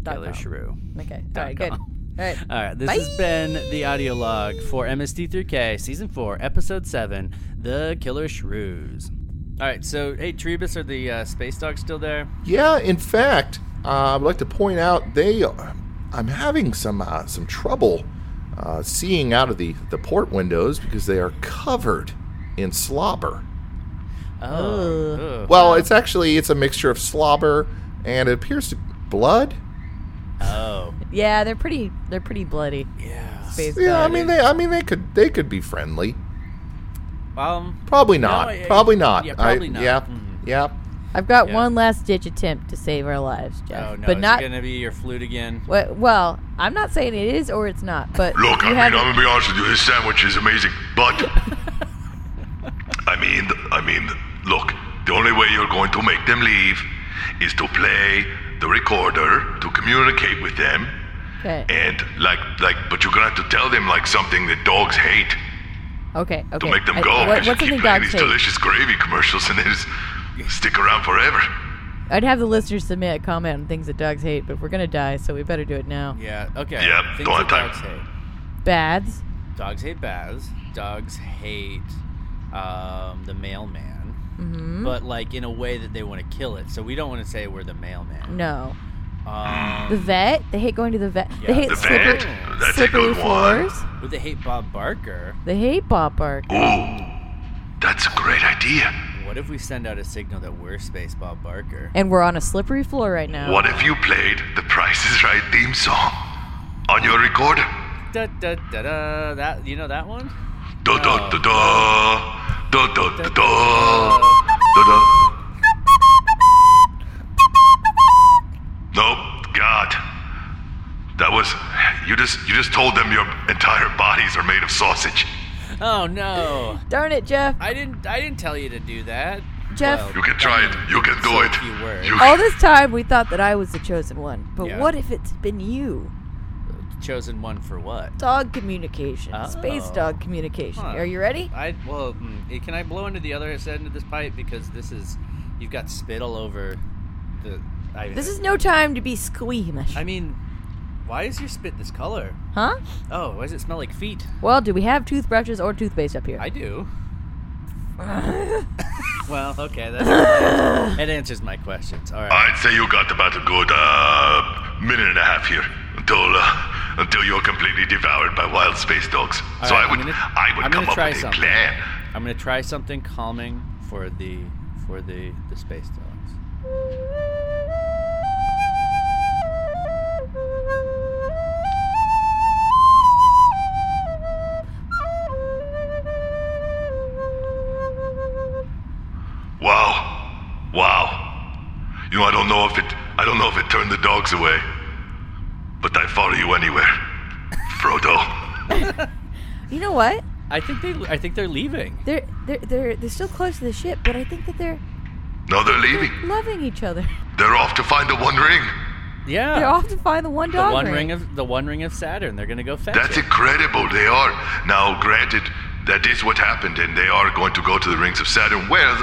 Speaker 3: Dot
Speaker 4: Killer
Speaker 3: com.
Speaker 4: Shrew.
Speaker 3: Okay. All
Speaker 4: Dot
Speaker 3: right. Good. All
Speaker 4: com.
Speaker 3: right.
Speaker 4: All right, this has been the audio log for MSD3K Season 4, Episode 7 The Killer Shrews. All right, so, hey, Trebus, are the uh, space dogs still there?
Speaker 6: Yeah, in fact, uh, I'd like to point out they. uh, I'm having some uh, some trouble uh, seeing out of the the port windows because they are covered in slobber.
Speaker 4: Oh.
Speaker 3: Uh.
Speaker 4: Ugh.
Speaker 6: Well, it's actually it's a mixture of slobber and it appears to blood.
Speaker 4: Oh.
Speaker 3: Yeah, they're pretty. They're pretty bloody.
Speaker 4: Yeah.
Speaker 3: Space
Speaker 6: Yeah, I
Speaker 3: dog.
Speaker 6: mean they I mean they could they could be friendly.
Speaker 4: Um,
Speaker 6: Probably not.
Speaker 4: I- I-
Speaker 6: probably not.
Speaker 4: yeah,
Speaker 6: I-
Speaker 4: probably not.
Speaker 6: Yeah.
Speaker 4: Mhm.
Speaker 6: Yeah.
Speaker 3: I've got
Speaker 4: Yeah.
Speaker 3: one last ditch attempt to save our lives, Jeff.
Speaker 4: oh, no.
Speaker 3: but
Speaker 4: is
Speaker 3: not.
Speaker 4: it going to be your flute again?
Speaker 3: Wh- Well, I'm not saying it is or it's not, but
Speaker 5: Look, I
Speaker 3: you
Speaker 5: mean,
Speaker 3: have
Speaker 5: I'm gonna be honest with you. His sandwich is amazing, but I mean, I mean, look. The only way you're going to make them leave is to play the recorder to communicate with them,
Speaker 3: okay,
Speaker 5: and like, like, but you're gonna have to tell them like something that dogs hate
Speaker 3: okay,
Speaker 5: to
Speaker 3: okay.
Speaker 5: make them
Speaker 3: I-
Speaker 5: go.
Speaker 3: what-
Speaker 5: Because you
Speaker 3: what's
Speaker 5: keep
Speaker 3: something
Speaker 5: playing
Speaker 3: dogs
Speaker 5: these
Speaker 3: hate?
Speaker 5: delicious gravy commercials, and they just stick around forever.
Speaker 3: I'd have the listeners submit a comment on things that dogs hate, but we're gonna die, so we better do it now.
Speaker 4: Yeah, okay.
Speaker 5: Yeah,
Speaker 4: Things
Speaker 5: don't
Speaker 4: that
Speaker 5: have time.
Speaker 4: dogs hate.
Speaker 3: Baths.
Speaker 4: Dogs hate baths. Dogs hate um, the mailman.
Speaker 3: Mm-hmm.
Speaker 4: But, like, in a way that they want to kill it. So we don't want to say we're the mailman.
Speaker 3: No.
Speaker 4: Um,
Speaker 3: The vet. They hate going to the vet.
Speaker 4: Yeah.
Speaker 3: They hate
Speaker 5: The
Speaker 3: slippery,
Speaker 5: vet. That's a
Speaker 3: slippery
Speaker 5: good one.
Speaker 3: floors.
Speaker 4: would they hate Bob Barker?
Speaker 3: They hate Bob Bark.
Speaker 5: Ooh, that's a great idea.
Speaker 4: What if we send out a signal that we're Space Bob Barker?
Speaker 3: And we're on a slippery floor right now.
Speaker 5: What if you played the Price is Right theme song on your recorder?
Speaker 4: Da, da, da, da, that, you know that one?
Speaker 5: Da da da da da da da da
Speaker 4: Uh,
Speaker 5: da da. That was you just you just told them your entire bodies are made of sausage.
Speaker 4: Oh no!
Speaker 3: Darn it, Jeff.
Speaker 4: I didn't. I didn't tell you to do that.
Speaker 3: Jeff.
Speaker 5: You can try it. You can do
Speaker 4: say a
Speaker 5: it.
Speaker 4: few words.
Speaker 5: You-
Speaker 3: All this time we thought that I was the chosen one, but
Speaker 4: Yeah.
Speaker 3: what if it's been you?
Speaker 4: Chosen one for what?
Speaker 3: Dog communication, space
Speaker 4: Oh.
Speaker 3: dog communication.
Speaker 4: Huh.
Speaker 3: Are you ready?
Speaker 4: I well, mm, eh, can I blow into the other end of this pipe because this is you've got spit all over the. I,
Speaker 3: This is no time to be squeamish,
Speaker 4: I mean, why is your spit this color?
Speaker 3: huh?
Speaker 4: Oh, why does it smell like feet?
Speaker 3: Well, do we have toothbrushes or toothpaste up here?
Speaker 4: I do. well, okay, that's it answers my questions. All right.
Speaker 5: I'd say you got about a good uh, minute and a half here until uh, until you're completely devoured by wild space dogs. so
Speaker 4: right,
Speaker 5: I would
Speaker 4: I'm gonna-
Speaker 5: I would
Speaker 4: I'm
Speaker 5: come
Speaker 4: gonna
Speaker 5: up
Speaker 4: try
Speaker 5: with a
Speaker 4: something.
Speaker 5: plan.
Speaker 4: I'm gonna try something calming for the for the the space dogs.
Speaker 5: Wow, wow. You know I don't know if it I don't know if it turned the dogs away, but I follow you anywhere, Frodo.
Speaker 3: You know what?
Speaker 4: I think they I think they're leaving.
Speaker 3: They're they're they're they're still close to the ship, but I think that they're
Speaker 5: No, they're leaving.
Speaker 3: loving each other.
Speaker 5: They're off to find the One Ring.
Speaker 4: Yeah.
Speaker 3: They're off to find the one
Speaker 4: the
Speaker 3: dog
Speaker 4: one ring. of the one ring of Saturn. They're gonna go fetch
Speaker 5: That's
Speaker 4: it.
Speaker 5: incredible. They are. Now, granted, that is what happened, and they are going to go to the rings of Saturn, where,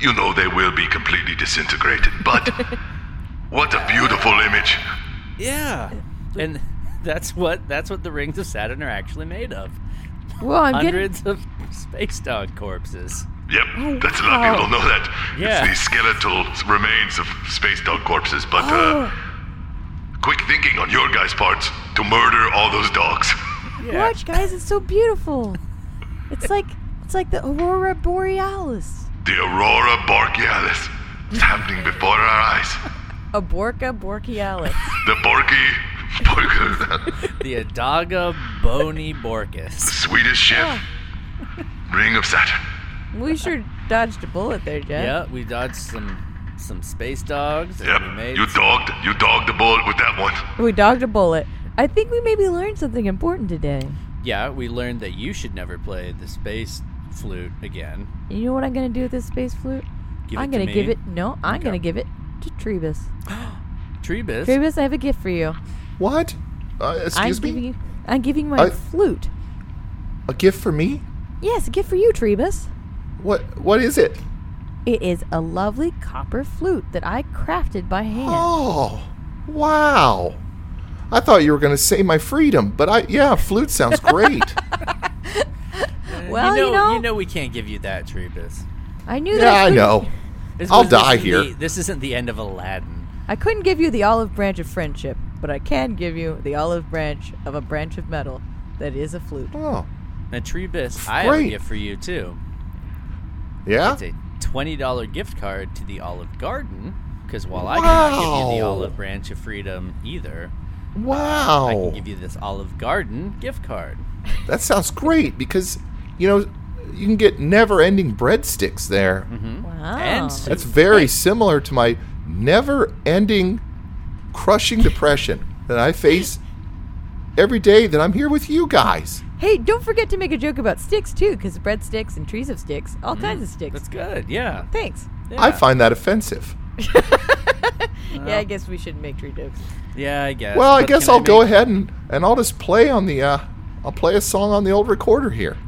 Speaker 5: you know, they will be completely disintegrated. But what a beautiful image.
Speaker 4: Yeah. And that's what that's what the rings of Saturn are actually made of.
Speaker 3: well, I'm getting
Speaker 4: Hundreds of space dog corpses.
Speaker 5: Yep, that's a lot of people don't know that.
Speaker 4: Yeah.
Speaker 5: It's the skeletal remains of space dog corpses, but
Speaker 3: Oh.
Speaker 5: uh, quick thinking on your guys' parts to murder all those dogs.
Speaker 4: Yeah.
Speaker 3: watch, guys. It's so beautiful. It's like it's like the aurora borealis.
Speaker 5: The Aurora Borealis. It's happening before our eyes.
Speaker 3: Aborca borealis.
Speaker 5: The Borky.
Speaker 4: The Adaga Bony Borkus.
Speaker 5: Swedish ship. Ring of Saturn.
Speaker 3: we sure dodged a bullet there, Jeff.
Speaker 4: Yeah, we dodged some some space dogs and
Speaker 5: Yep.
Speaker 4: we made
Speaker 5: You dogged you dogged the bullet with that one.
Speaker 3: We dogged a bullet. I think we maybe learned something important today.
Speaker 4: Yeah, we learned that you should never play the space flute again.
Speaker 3: You know what I'm gonna do with this space flute?
Speaker 4: Give
Speaker 3: I'm
Speaker 4: it to
Speaker 3: gonna
Speaker 4: me.
Speaker 3: give it. No, I'm
Speaker 4: Okay.
Speaker 3: gonna give it to Trebus.
Speaker 4: Trebus.
Speaker 3: Trebus, I have a gift for you.
Speaker 6: What? Uh,
Speaker 3: I'm
Speaker 6: excuse
Speaker 3: giving
Speaker 6: me?
Speaker 3: you. I'm giving my
Speaker 6: I-
Speaker 3: flute.
Speaker 6: A gift for me?
Speaker 3: Yes, a gift for you, Trebus.
Speaker 6: What? What is it?
Speaker 3: It is a lovely copper flute that I crafted by hand.
Speaker 6: Oh, wow. I thought you were going to say my freedom, but I yeah, flute sounds great.
Speaker 3: well,
Speaker 4: you, know,
Speaker 3: know,
Speaker 4: we can't give you that, Trebus.
Speaker 3: I knew
Speaker 6: yeah,
Speaker 3: that.
Speaker 6: I
Speaker 3: couldn't-
Speaker 6: know.
Speaker 4: This
Speaker 6: I'll
Speaker 4: was- this
Speaker 6: die
Speaker 4: isn't
Speaker 6: here.
Speaker 4: the- this isn't the end of Aladdin.
Speaker 3: I couldn't give you the olive branch of friendship, but I can give you the olive branch of a branch of metal that is a flute.
Speaker 6: Oh,
Speaker 4: Now, Trebus, I have a
Speaker 6: Great.
Speaker 4: gift for you too.
Speaker 6: yeah.
Speaker 4: It's a twenty dollar gift card to the Olive Garden. Because while I cannot give you the
Speaker 6: Wow.
Speaker 4: Olive Branch of Freedom either, I
Speaker 6: Wow,
Speaker 4: can give you this Olive Garden gift card.
Speaker 6: that sounds great because you know you can get never-ending breadsticks there.
Speaker 4: Mm-hmm.
Speaker 3: Wow.
Speaker 4: Mm. And soup.
Speaker 6: That's very similar to my never-ending, crushing depression that I face every day that I'm here with you guys.
Speaker 3: hey, don't forget to make a joke about sticks too, because breadsticks and trees of sticks, all kinds of sticks.
Speaker 4: Mm, That's good. Yeah.
Speaker 3: Thanks.
Speaker 6: I
Speaker 4: Yeah.
Speaker 6: find that offensive.
Speaker 3: yeah, I guess we shouldn't make tree jokes.
Speaker 4: Yeah, I guess.
Speaker 6: Well, I
Speaker 4: But
Speaker 6: guess
Speaker 4: can
Speaker 6: I'll go
Speaker 4: make-
Speaker 6: ahead and, and I'll just play on the uh, I'll play a song on the old recorder here.